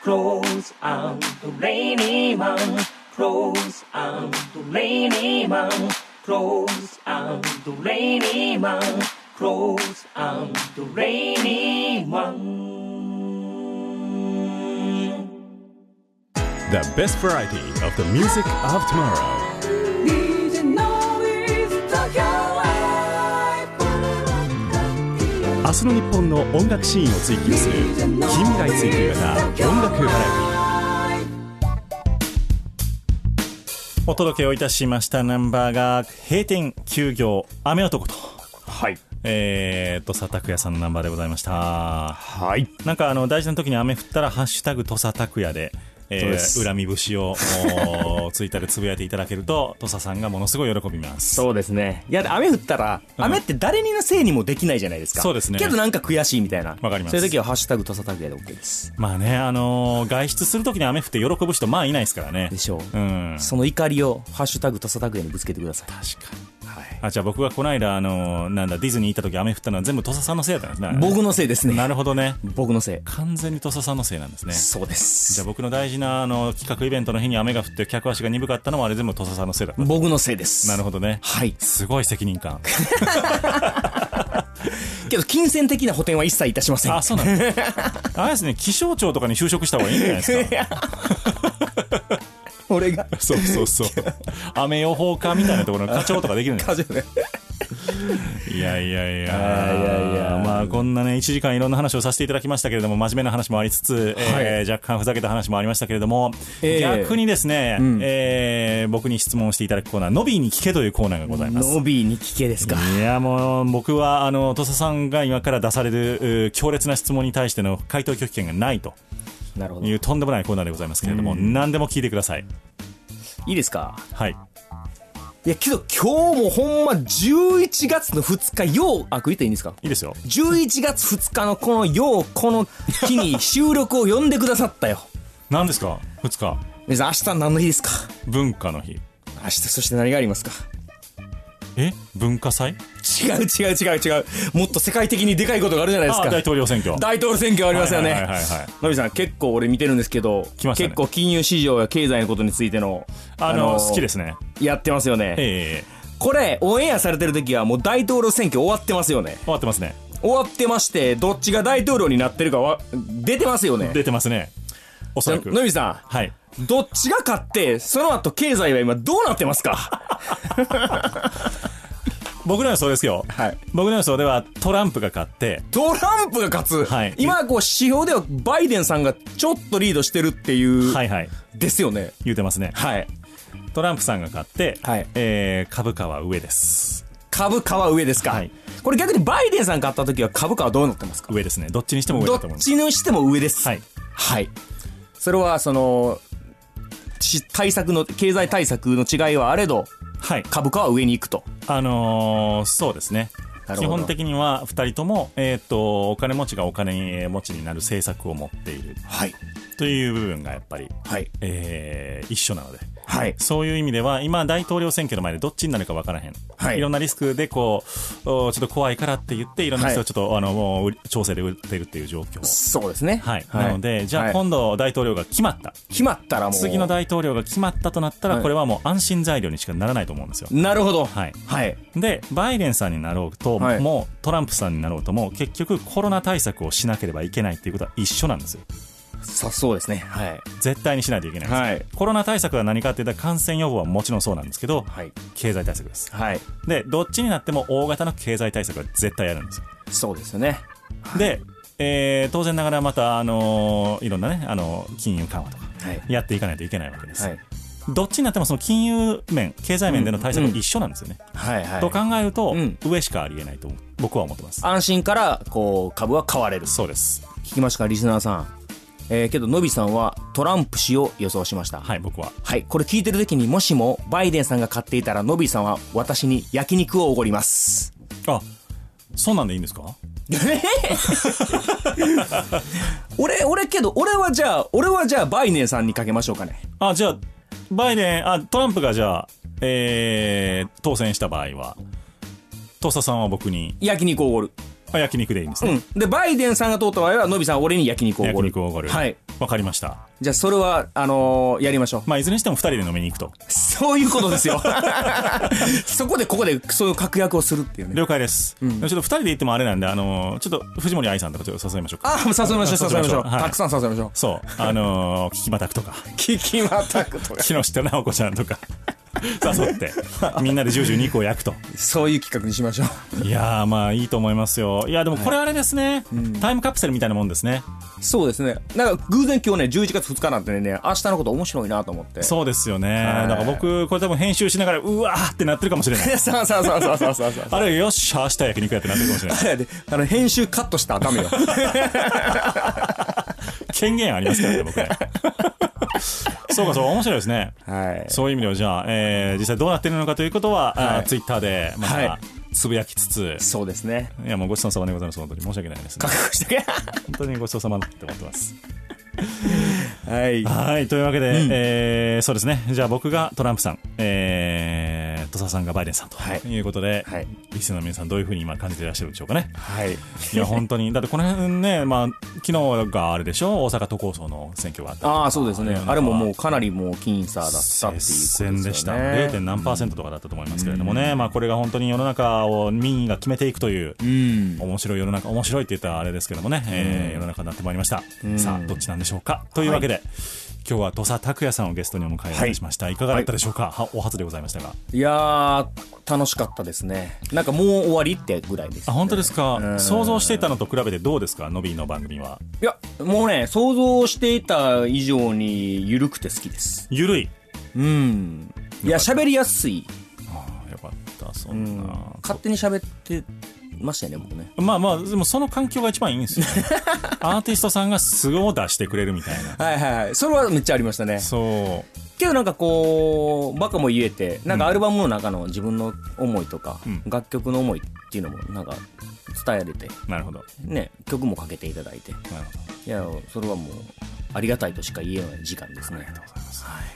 Close out the rainy man. Close out the rainy man. Close out the rainy man. Close out the rainy man. Close out the rainy man. Close out the rainy man. Close out the rainy man. Close out the rainy man. Close out the rainy man. Close out the rainy man. Close out the rainy man. Close out the rainy man. Close out the rainy man. Close out the rainy man. Close out the rainy man. Close out the rainy man. The best variety of the music of tomorrow. DJ Norris Tokyo Life 明日の日本の音楽シーンを追求する近未来追求型音楽バラエティお届けをいたしましたナンバーが閉店休業雨男とはい。えーっと佐拓也さんのナンバーでございましたはい。なんかあの大事な時に雨降ったら「ハッシュタグ土佐拓也で」えーそうです恨み節を おーツイッターでつぶやいていただけると土佐さんがものすごい喜びますそうですね。いや、雨降ったら、雨って誰にのせいにもできないじゃないですか。そうですねけどなんか悔しいみたいな。わかりますそういう時はハッシュタグとさたくやで OK です。まあねあのー外出する時に雨降って喜ぶ人まあいないですからねでしょう。うんその怒りをハッシュタグとさたくやにぶつけてください。確かにあじゃあ僕がこの間あのーなんだディズニー行った時雨降ったのは全部土佐さんのせいだったんですね僕のせいですね。なるほどね僕のせい。完全に土佐さんのせいなんですねそうです。じゃあ僕の大事なあの企画イベントの日に雨が降って客足が鈍かったのはあれ全部土佐さんのせいだった僕のせいです。なるほどねはい。すごい責任感けど、金銭的な補填は一切いたしませ ん。あそうなんですあれですね気象庁とかに就職した方がいいんじゃないですか 俺が。 そうそうそう雨予報課みたいなところの課長とかできるん じゃないですかいやいやいやいやいやまあこんなね1時間いろんな話をさせていただきましたけれども真面目な話もありつつ、えー若干ふざけた話もありましたけれども、ええ逆にですね、えー僕に質問していただくコーナー「ノビーに聞け」というコーナーがございますノビーに聞けですか。いやもう僕はあの土佐さんが今から出されるうー強烈な質問に対しての回答拒否権がないとなるほど。いいうとんでもないコーナーでございますけれども何でも聞いてくださいいですかはいいや、けど今日もほんま11月の2日、よう、あ、くいていいんですかいいですよ11月2日のこのようこの日に 収録を呼んでくださったよ。何ですか2日皆さん明日は何の日ですか文化の日明日そして何がありますかえ文化祭違う違う違う違う。もっと世界的にでかいことがあるじゃないですあか。大統領選挙大統領選挙ありますよはいはいはいねはいはい。のびさん結構俺見てるんですけど、来ましたね結構金融市場や経済のことについての、あの、ー好きですねやってますよね。ええこれ、オンエアされてる時はもう大統領選挙終わってますよね。終わってますね終わってまして、どっちが大統領になってるかわ、出てますよね。出てますねおそらくのびさん、はいどっちが勝って、その後経済は今どうなってます か僕の予想ですよ、はい僕の予想ではトランプが勝ってトランプが勝つ、はい今こう指標ではバイデンさんがちょっとリードしてるっていう、はいはいですよね。言うてますねはい。トランプさんが勝って、はいえー株価は上です株価は上ですか、はいこれ逆にバイデンさん買った時は株価はどうなってますか上ですねどっちにしても上どだと思いっますちにしても上です。はい。はい。それは、その、し対策の、経済対策の違いはあれど、はい株価は上に行くと。あのーそうですねなるほど基本的には2人とも、えー、とお金持ちがお金持ちになる政策を持っているはいという部分がやっぱり、はいえー一緒なのではいそういう意味では今大統領選挙の前でどっちになるか分からへん、はいろんなリスクでこうおちょっと怖いからって言っていろんな人をちょっと、あのもう調整で打ってるっていう状況そうですねはい、なのでじゃはあい今度大統領が決まった、決まったらもう次の大統領が決まったとなったら、はいこれはもう安心材料にしかならないと思うんですよ。なるほどはいはいでバイデンさんになろうとも、はいトランプさんになろうとも結局コロナ対策をしなければいけないっていうことは一緒なんですよさそうですねはい絶対にしないといけないんです、はいコロナ対策は何かっていったら感染予防はもちろんそうなんですけどはい経済対策ですはいでどっちになっても大型の経済対策は絶対やるんですよそうですよねで、えー当然ながらまた、あのーいろんなね、あのー金融緩和とかはいやっていかないといけないわけです、はいどっちになってもその金融面経済面での対策は一緒なんですよね、はいはいと考えると、うん上しかありえないと僕は思ってます安心からこう株は買われるそうです聞きましたかリスナーさんえー、けどのびさんはトランプ氏を予想しましたはい僕ははい、これ聞いてる時にもしもバイデンさんが買っていたらノビーさんは私に焼肉をおごります。あそうなんでいいんですか俺、俺けど、俺はじゃあ、俺はじゃあバイデンさんにかけましょうかね。あじゃあバイデンあトランプがじゃあ、えー、当選した場合はトサさんは僕に焼肉をおごる。あ焼肉でいいんですうね、ん。で、バイデンさんが通った場合はノビーさんは俺に焼肉をおご焼る。肉をおごるはい。わかりましたじゃあそれは、あのーやりましょう。まあいずれにしても2人で飲みに行くとそういうこと ですよ。そこでここでそういう確約をするっていうね。了解です、ちょっと2人で行ってもあれなんであのーちょっと藤森愛さんとかちょっと誘いましょうかあ、もう誘いましょう、誘いましょう。はいたくさん誘いましょう。そうあ のー、聞きまたくとかキキマタクとか。木下直子ちゃんとか誘ってみんなでジュージュー2個焼くとそういう企画にしましょう。いやーまあいいと思いますよいやでもこれあれですね、タイムカプセルみたいなもんですねそうですね。なんか偶然今日ね、11月2日なんてね、明日のこと面白いなと思って。そうですよねはいだから僕これ多分編集しながらうわーってなってるかもしれな い そうそうそうそうそうそうそう。あれよっしゃ明日焼肉やってなってるかもしれないあれや であの編集カットしたらダメ よ。権限ありますからね僕 ねそうかそう面白いですねはい。そういう意味ではじゃあ、えー実際どうなってるのかということは、はいツイッター Twitter でまはたつぶやきつつ、いそうですね。やもうごちそうさまでございます本当に申し訳ないですね覚悟して本当にごちそうさまって思ってますはい。はい、というわけで、えーそうですね、じゃあ僕がトランプさん、えー、土佐さんがバイデンさんとはいいうことで、はいリスナーの皆さん、どういうふうに今感じていらっしゃるんでしょうかね。はい。いや、本当に、だってこの辺ね、まあ、昨日があれでしょ、大阪都構想の選挙があった。ああ、そうですね。あれももうかなりもう僅差だったっていうこと接ですよね。戦でした、0. 何パーセントとかだったと思いますけれどもね、まあ、これが本当に世の中を民意が決めていくという、うん。面白い世の中、面白いって言ったらあれですけどもね、えー世の中になってまいりました。さあ、どっちなんでしょうか。というわけで、今日は土佐拓也さんをゲストにお迎えいたしました。い、かがだったでしょうか、はお初でございましたが。いやー、楽しかったですね。なんかもう終わりってぐらいです、あ、本当ですか、うん想像していたのと比べてどうですかのびーの番組は。いや、もうね、想像していた以上に緩くて好きです。ゆるい。うん。いや、喋りやすい。ああ、よかった、そんな。勝手に喋ってましたよね、僕ね。まあまあ、でもその環境が一番いいんです よ、ね。アーティストさんが素を出してくれるみたいな。はいはいはい。それはめっちゃありましたね。そけどなんかこう、バカも言えて、なんかアルバムの中の自分の思いとか、うん楽曲の思いっていうのもなんか伝えられて、う。なるほど。ね、曲もかけていただいて、いなるほど。や、それはもう、ありがたいとしか言えない時間ですね。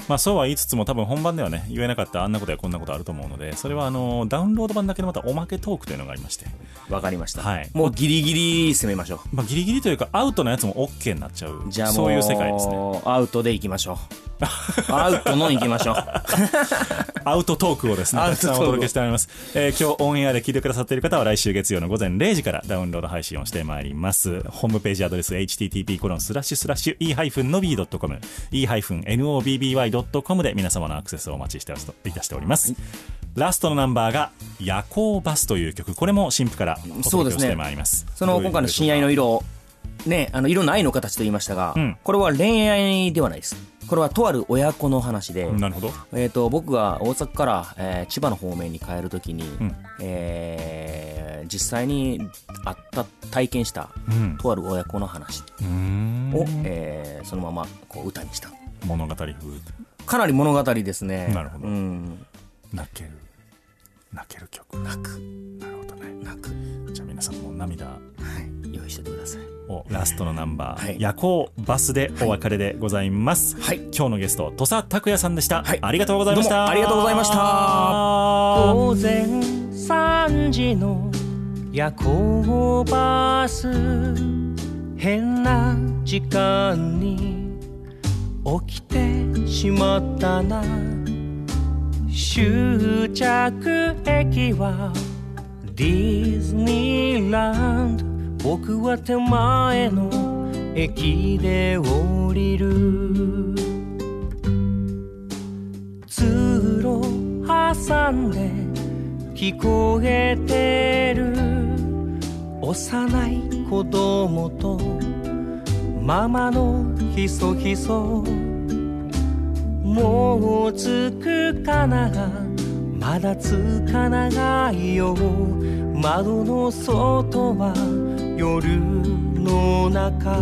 まあ、そうは言いつつも多分本番ではね言えなかったあんなことやこんなことあると思うのでそれはあのダウンロード版だけのまたおまけトークというのがありまして、わかりました。はいもうギリギリ攻めましょまあ、ギリギリというかアウトのやつも OK になっちゃうう。じゃあもう、そういう世界ですねアウトでいきましょう。アウトのい きましょう。アウトトークをですねアたウくトさトーんクお届けしてまいります、えー今日オンエアで聞いてくださっている方は来週月曜の午前0時からダウンロード配信をしてまいりますホームページアドレス http コロンスラッシュスラッシュ e-nobby.com e-nobby.com で皆様のアクセスをお待ちしておりいたしております、ラストのナンバーが「夜行バス」という曲これも新婦からおそう届でけをすねしてまいりますその、今回の親愛の色を、ね、あの、色の愛の形と言いましたが、うんこれは恋愛ではないです。これはとある親子の話で、なるほどえー、と僕が大阪から、えー千葉の方面に帰るときに、んえー実際にあった体験した、うんとある親子の話うーんを、えーそのままこう歌にした物語風かなり物語ですねなるほどうん泣ける泣ける曲泣くなるほどね泣く涙はい、用意しててください。をラストのナンバー、はい夜行バスでお別れでございます、はい今日のゲスト土佐拓也さんでした、はいありがとうございましどうたもありがとうございました午前3時の夜行バス変な時間に起きてしまったな終着駅はディズニーランド僕は手前の駅で降りる通路挟んで聞こえてる幼い子供とママのひそひそもう着くかなまだ着かないよ窓の外は夜の中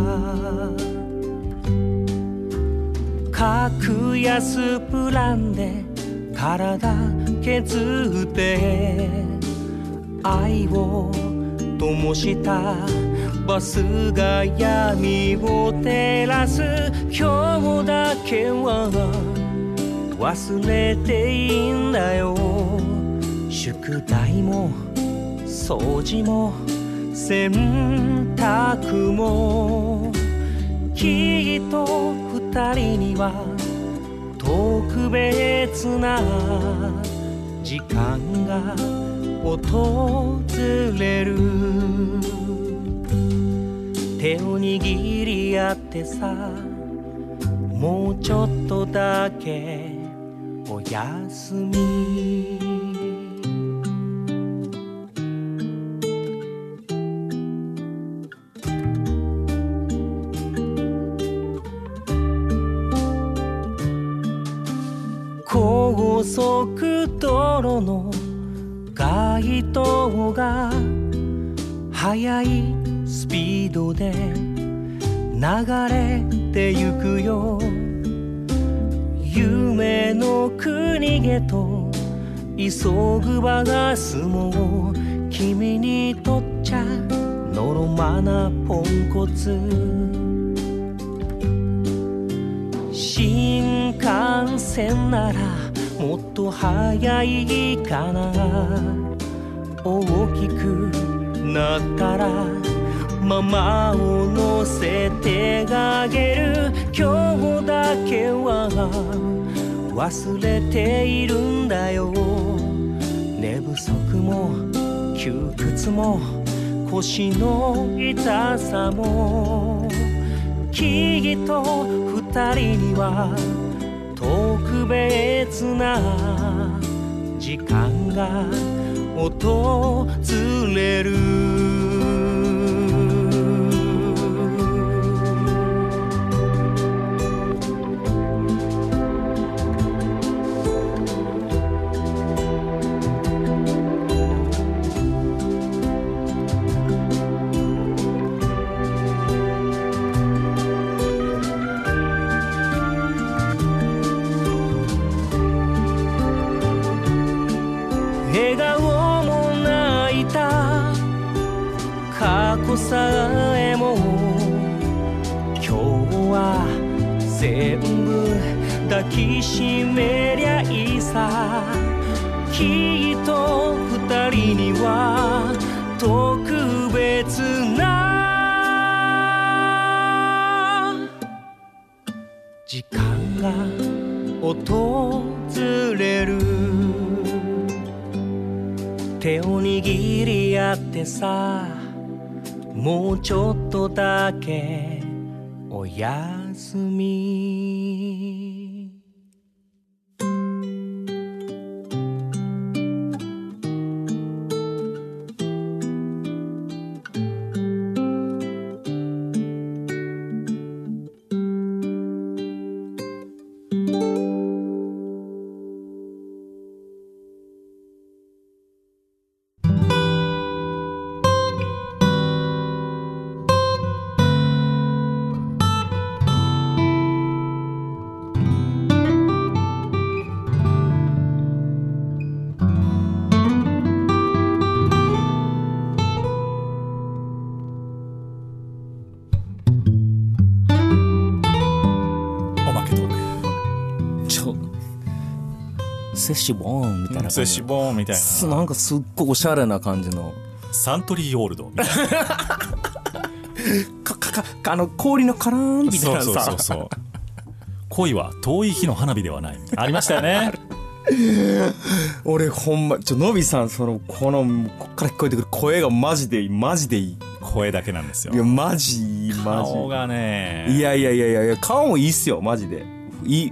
格安プランで体削って愛を灯したバスが闇を照らす今日だけは忘れていいんだよ宿題も掃除も洗濯もきっと二人には特別な時間が訪れる手を握り合ってさもうちょっとだけおやすみ高速道路の街灯が速いスピードで流れてゆくよ夢の国へと急ぐバガスも君にとっちゃのろまなポンコツ新幹線ならもっと早いかな大きくなったらママを乗せてあげる今日だけは忘れているんだよ寝不足も窮屈も腰の痛さもきっと二人には特別な時間が訪れる笑顔も泣いた過去さえも今日は全部抱きしめりゃいいさきっと二人には特別な時間が訪れる手を握り合ってさもうちょっとだけおやすみセッシュボーンみたいな感じセシボーンみたいなすなんかすっごいおしゃれな感じのサントリーオールドみたいなかかかあの氷のカラーンみたいそうなそうそうさそう恋は遠い日の花火ではないありましたよね俺ほんまちょのびさんそのこのこっから聞こえてくる声がマジでいいマジでいい声だけなんですよいやマジいいマ顔ジがねいやいやいやいやいや顔もいいっすよマジでいい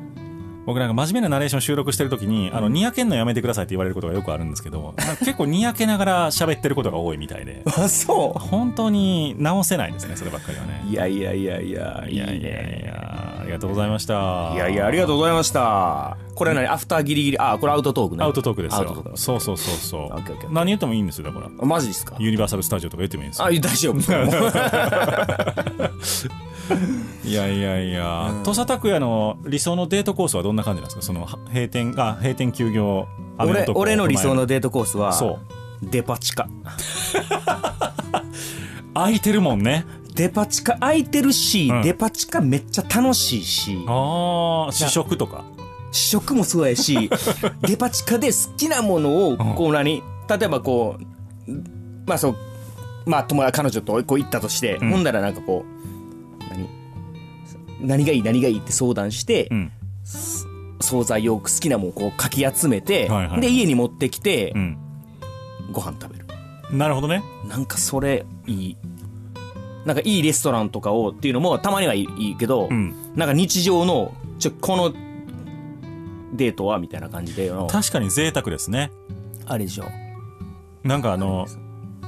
僕なんか真面目なナレーション収録してる時に、あの、にやけんのやめてくださいって言われることがよくあるんですけ ど、なんか結構にやけながら喋ってることが多いみたいで、あそ本当に直せないですね、そればっかりはうね。いやいやいやいやいやいやいや、ありがとうございました。いやいやありがとうございましたこれは何アフターギリギリあこれアウトトークねアウトトークですアウトトークよ。そうそうそうそオッケーオッケーオッケう。ー何言ってもいいんですよ、だから。あマジですかユニバーサル・スタジオとか言ってもいいんですあよ。いや大丈夫いやいやいや、土佐拓也の理想のデートコースはどんな感じなんですかその、は閉店、あ、閉店休業、雨 俺男俺の理想のデートコースはそうデパ地下空いてるもんね。デパ地下空いてるし、うんデパ地下めっちゃ楽しいしああ、試食とか。試食もそうや しデパ地下で好きなものをこう何、例えばこうまあそうまあ友達彼女とこう行ったとして、んほんならなんかこう何何がいい何がいいって相談して、うん。惣菜を好きなものをこうかき集めはて、いはいはいで家に持ってきて、うん。ご飯食べるなるほどね。なんかそれいいなんかいいレストランとかをっていうのもたまにはいいいいけど、うんなんか日常のちょこのデートはみたいな感じで の確かに贅沢ですね。あれでしょなんかあの、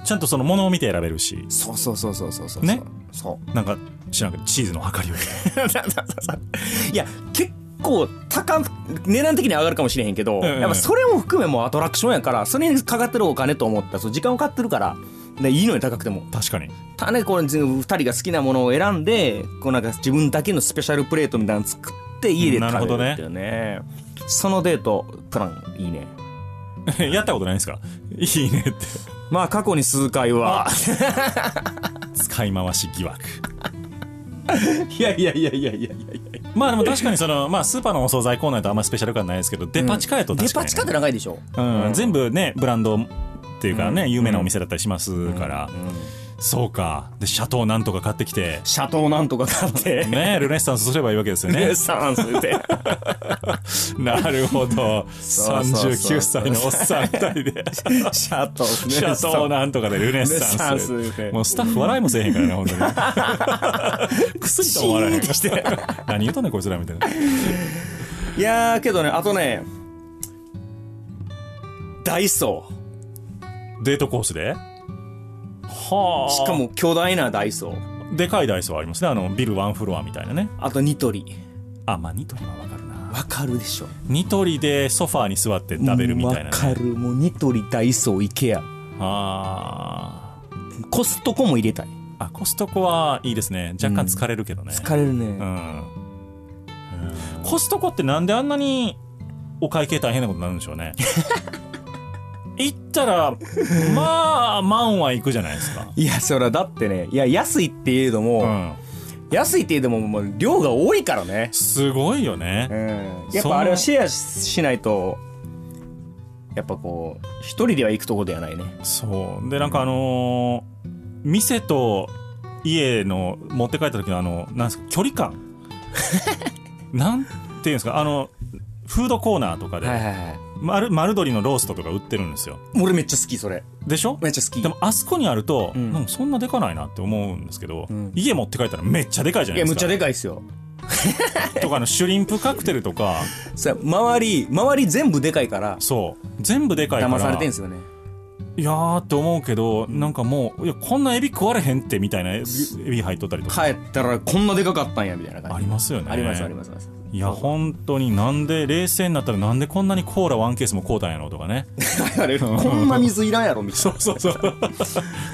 ちゃんとそのものを見て選べるし、そうそうそうそうそうそうねそうなんか知らんけど、チーズの量りを。 いや結構高値段的には上がるかもしれへんけんど、うんやっぱそれも含めもうアトラクションやからそれにかかってるお金と思ったらそう時間をかかってるからでいいのに高くても確かに。ただねこれ2人が好きなものを選んでこうなんか自分だけのスペシャルプレートみたいなの作って家で食べるっていうねそのデートプランいいね やったことないんですかいいねって。まあ過去に数回 は使い回し疑 惑。いやいやいやいやいやいやまあでも確かにその、まあスーパーのお惣菜コーナーとあんまりスペシャル感ないですけど、デパ地下やとデ確かに、パ地下って長いでしょうん、全部ね、ブランドっていうかね、有名なお店だったりしますから。そうか。で、シャトーなんとか買ってき て、シャトーなんとか買ってね、ルネッサンスすればいいわけですよ ねね。サンスでなるほど。そうそうそう39歳のおっさん二人で。シャトーシャトーなんとかでルネッサンス。ルネッサンスでもうスタッフ笑いもせえへんからね、本当に。くすりとも笑えへんから。何言うとんねん、こいつらみたいな。 いやーけどねあとねダイソデートコースではーあ。しか。も巨大なダイソーでかいダイソーありますね。あの、ビルワンフロアみたいなね。あとニトリあ、まあ、ニトリはわかるな。わかるでしょニトリでソファーに座って食べるみたいな、ね。わかるもうニトリダイソーイケアあコストコも入れたいーあ。コストコはいいですね。若干疲れるけどね。疲れるね、うんコストコってなんであんなにお会計大変なことになるんでしょ うね行ったらまあ万は行くじゃないですか、いやそらだってねいや安いって言えども、うん、安いって言えどももう量が多いからねすごいようねんやっそのぱあれはシェアしないとやっぱこう一人では行くとこではないねそうでなんかあのー店と家の持って帰った時のあのなんですか距離 感なんていうんですかあのフードコーナーとかでいは丸丸鶏のローストとか売ってるんですよい俺めっちゃ好きそれでしょめっちゃ好きでもあそこにあると、うんなんかそんなでかないなって思うんですけど、ん家持って帰ったらめっちゃでかいじゃないいやですむっか。ちゃでかいっすよとかあのシュリンプカクテルとか、さ周り周り全部でかいからそう、全部でかいから。騙されてんすよねいやーって思うけど、なんかもう、いや、こんなエビ食われへんってみたいなエビエビ入っとったりとか。帰ったらこんなでかかったんやみたいな感じありますよね。ありますありますありますいや、本当になんで、冷静になったらなんでこんなにコーラワンケースも買うたんやろうとかね。 あれこんな水いらんやろみたいなそうそう そう。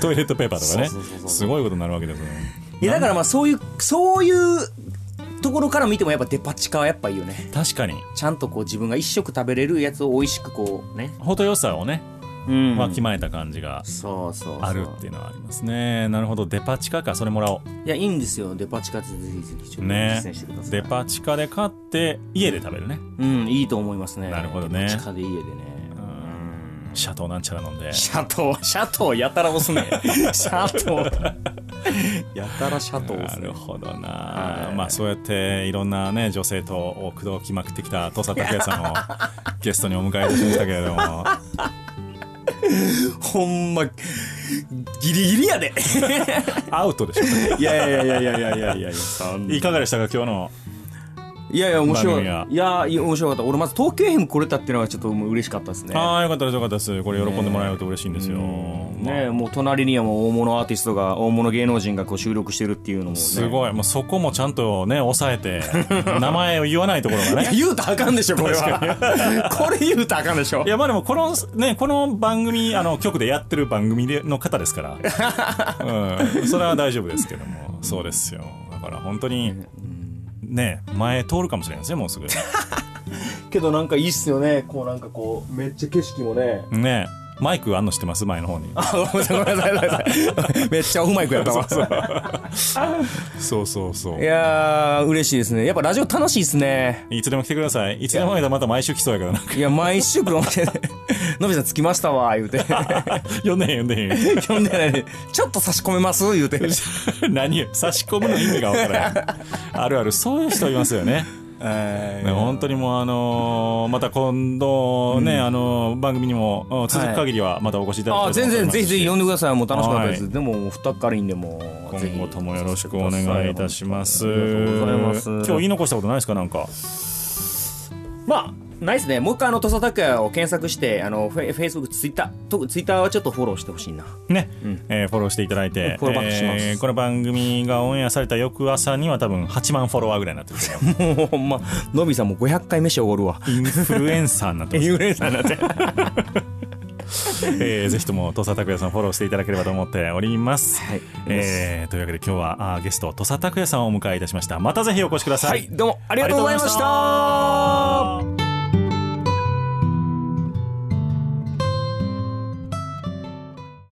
トイレットペーパーとかねそうそうそうそ。うすごいことになるわけですよね。いやだからまあそういうそういうところから見てもやっぱデパ地下はやっぱいいよね確かに、ちゃんとこう自分が一食食べれるやつを美味しくこうね程よさをね、うんわきまえた感じがそうそうそうあるっていうのはありますねなるほどデパ地下かそれもらおいやいいんですよデパ地下ってぜひぜひちょうっと実ね践してください、デパ地下で買って家で食べるねうんいいと思いますねなるほどねデパ地下で家でねシャトーなんちゃら飲んでシャトーシャトーやたら押 すねシャトーやたらシャトー押なすねるほどな、まあそうやっていろんなね女性とを口説きまくってきた土佐拓也さんを ゲストにお迎えいたしましたけれどもほんまギリギリや でアウトでしょいやいやいやいやいやいやいやそんないかがでしたか今日のいやいや面番白い組はいやいや面白かった俺まず東京編来れたっていうのがちょっともう嬉しかったですねああよかったですよかったですこれ喜んでもらえると嬉しいんですよ、まあねもう隣にはもう大物アーティストが大物芸能人がこう収録してるっていうのもねすごいもうそこもちゃんとね抑え て名前を言わないところがね言うたらあかんでしょこれはこれ言うたらあかんでしょいやまあでもこのねこの番組あの局でやってる番組での方です から、うん、それは大丈夫ですけどもそうですよだから本当にね前通るかもしれないですねもう すぐけどなんかいいっすよねこうなんかこうめっちゃ景色もねねマイクあんの知ってます前の方にごめんなさいごめんなさいごめんなさいめっちゃオフマイクやったわそうそうそういやー嬉しいですねやっぱラジオ楽しいですねいつでも来てくださいいつでもまだまた毎週来そうやけどなんかいや毎週来るお 店で「のびさん着きましたわ」言うて読んでへん読んでへん言う呼んでないで「ちょっと差し込めます」言うてて 何を差し込むの意味がわからないあるあるそういう人いますよねえね、本当にもうあのーまた今度ね、あのー番組にもうん続く限りはまたお越しいただきあたあいと全思い然ますぜひぜひ呼んでくださいもう楽しかったです、はでも二かりんでもぜひ今後ともよろしくお願いいたしますありがとうございます今日言い残したことないですかなんかまあないですねもう一回あの土佐拓也を検索してあのフェフェイスブックツイッター特にツイッターはちょっとフォローしてほし いなね、えーフォローしていただいてフォローバックしますこの番組がオンエアされた翌朝には多分8万フォロワーぐらいになってますよもうほんまのびさんも500回飯おごるわインフルエンサーになってますインフルエンサーになってえーぜひとも土佐拓也さんフォローしていただければと思っております、はいえーというわけで今日はあーゲスト土佐拓也さんをお迎えいたしましたまたぜひお越しください、はいどうもありがとうございました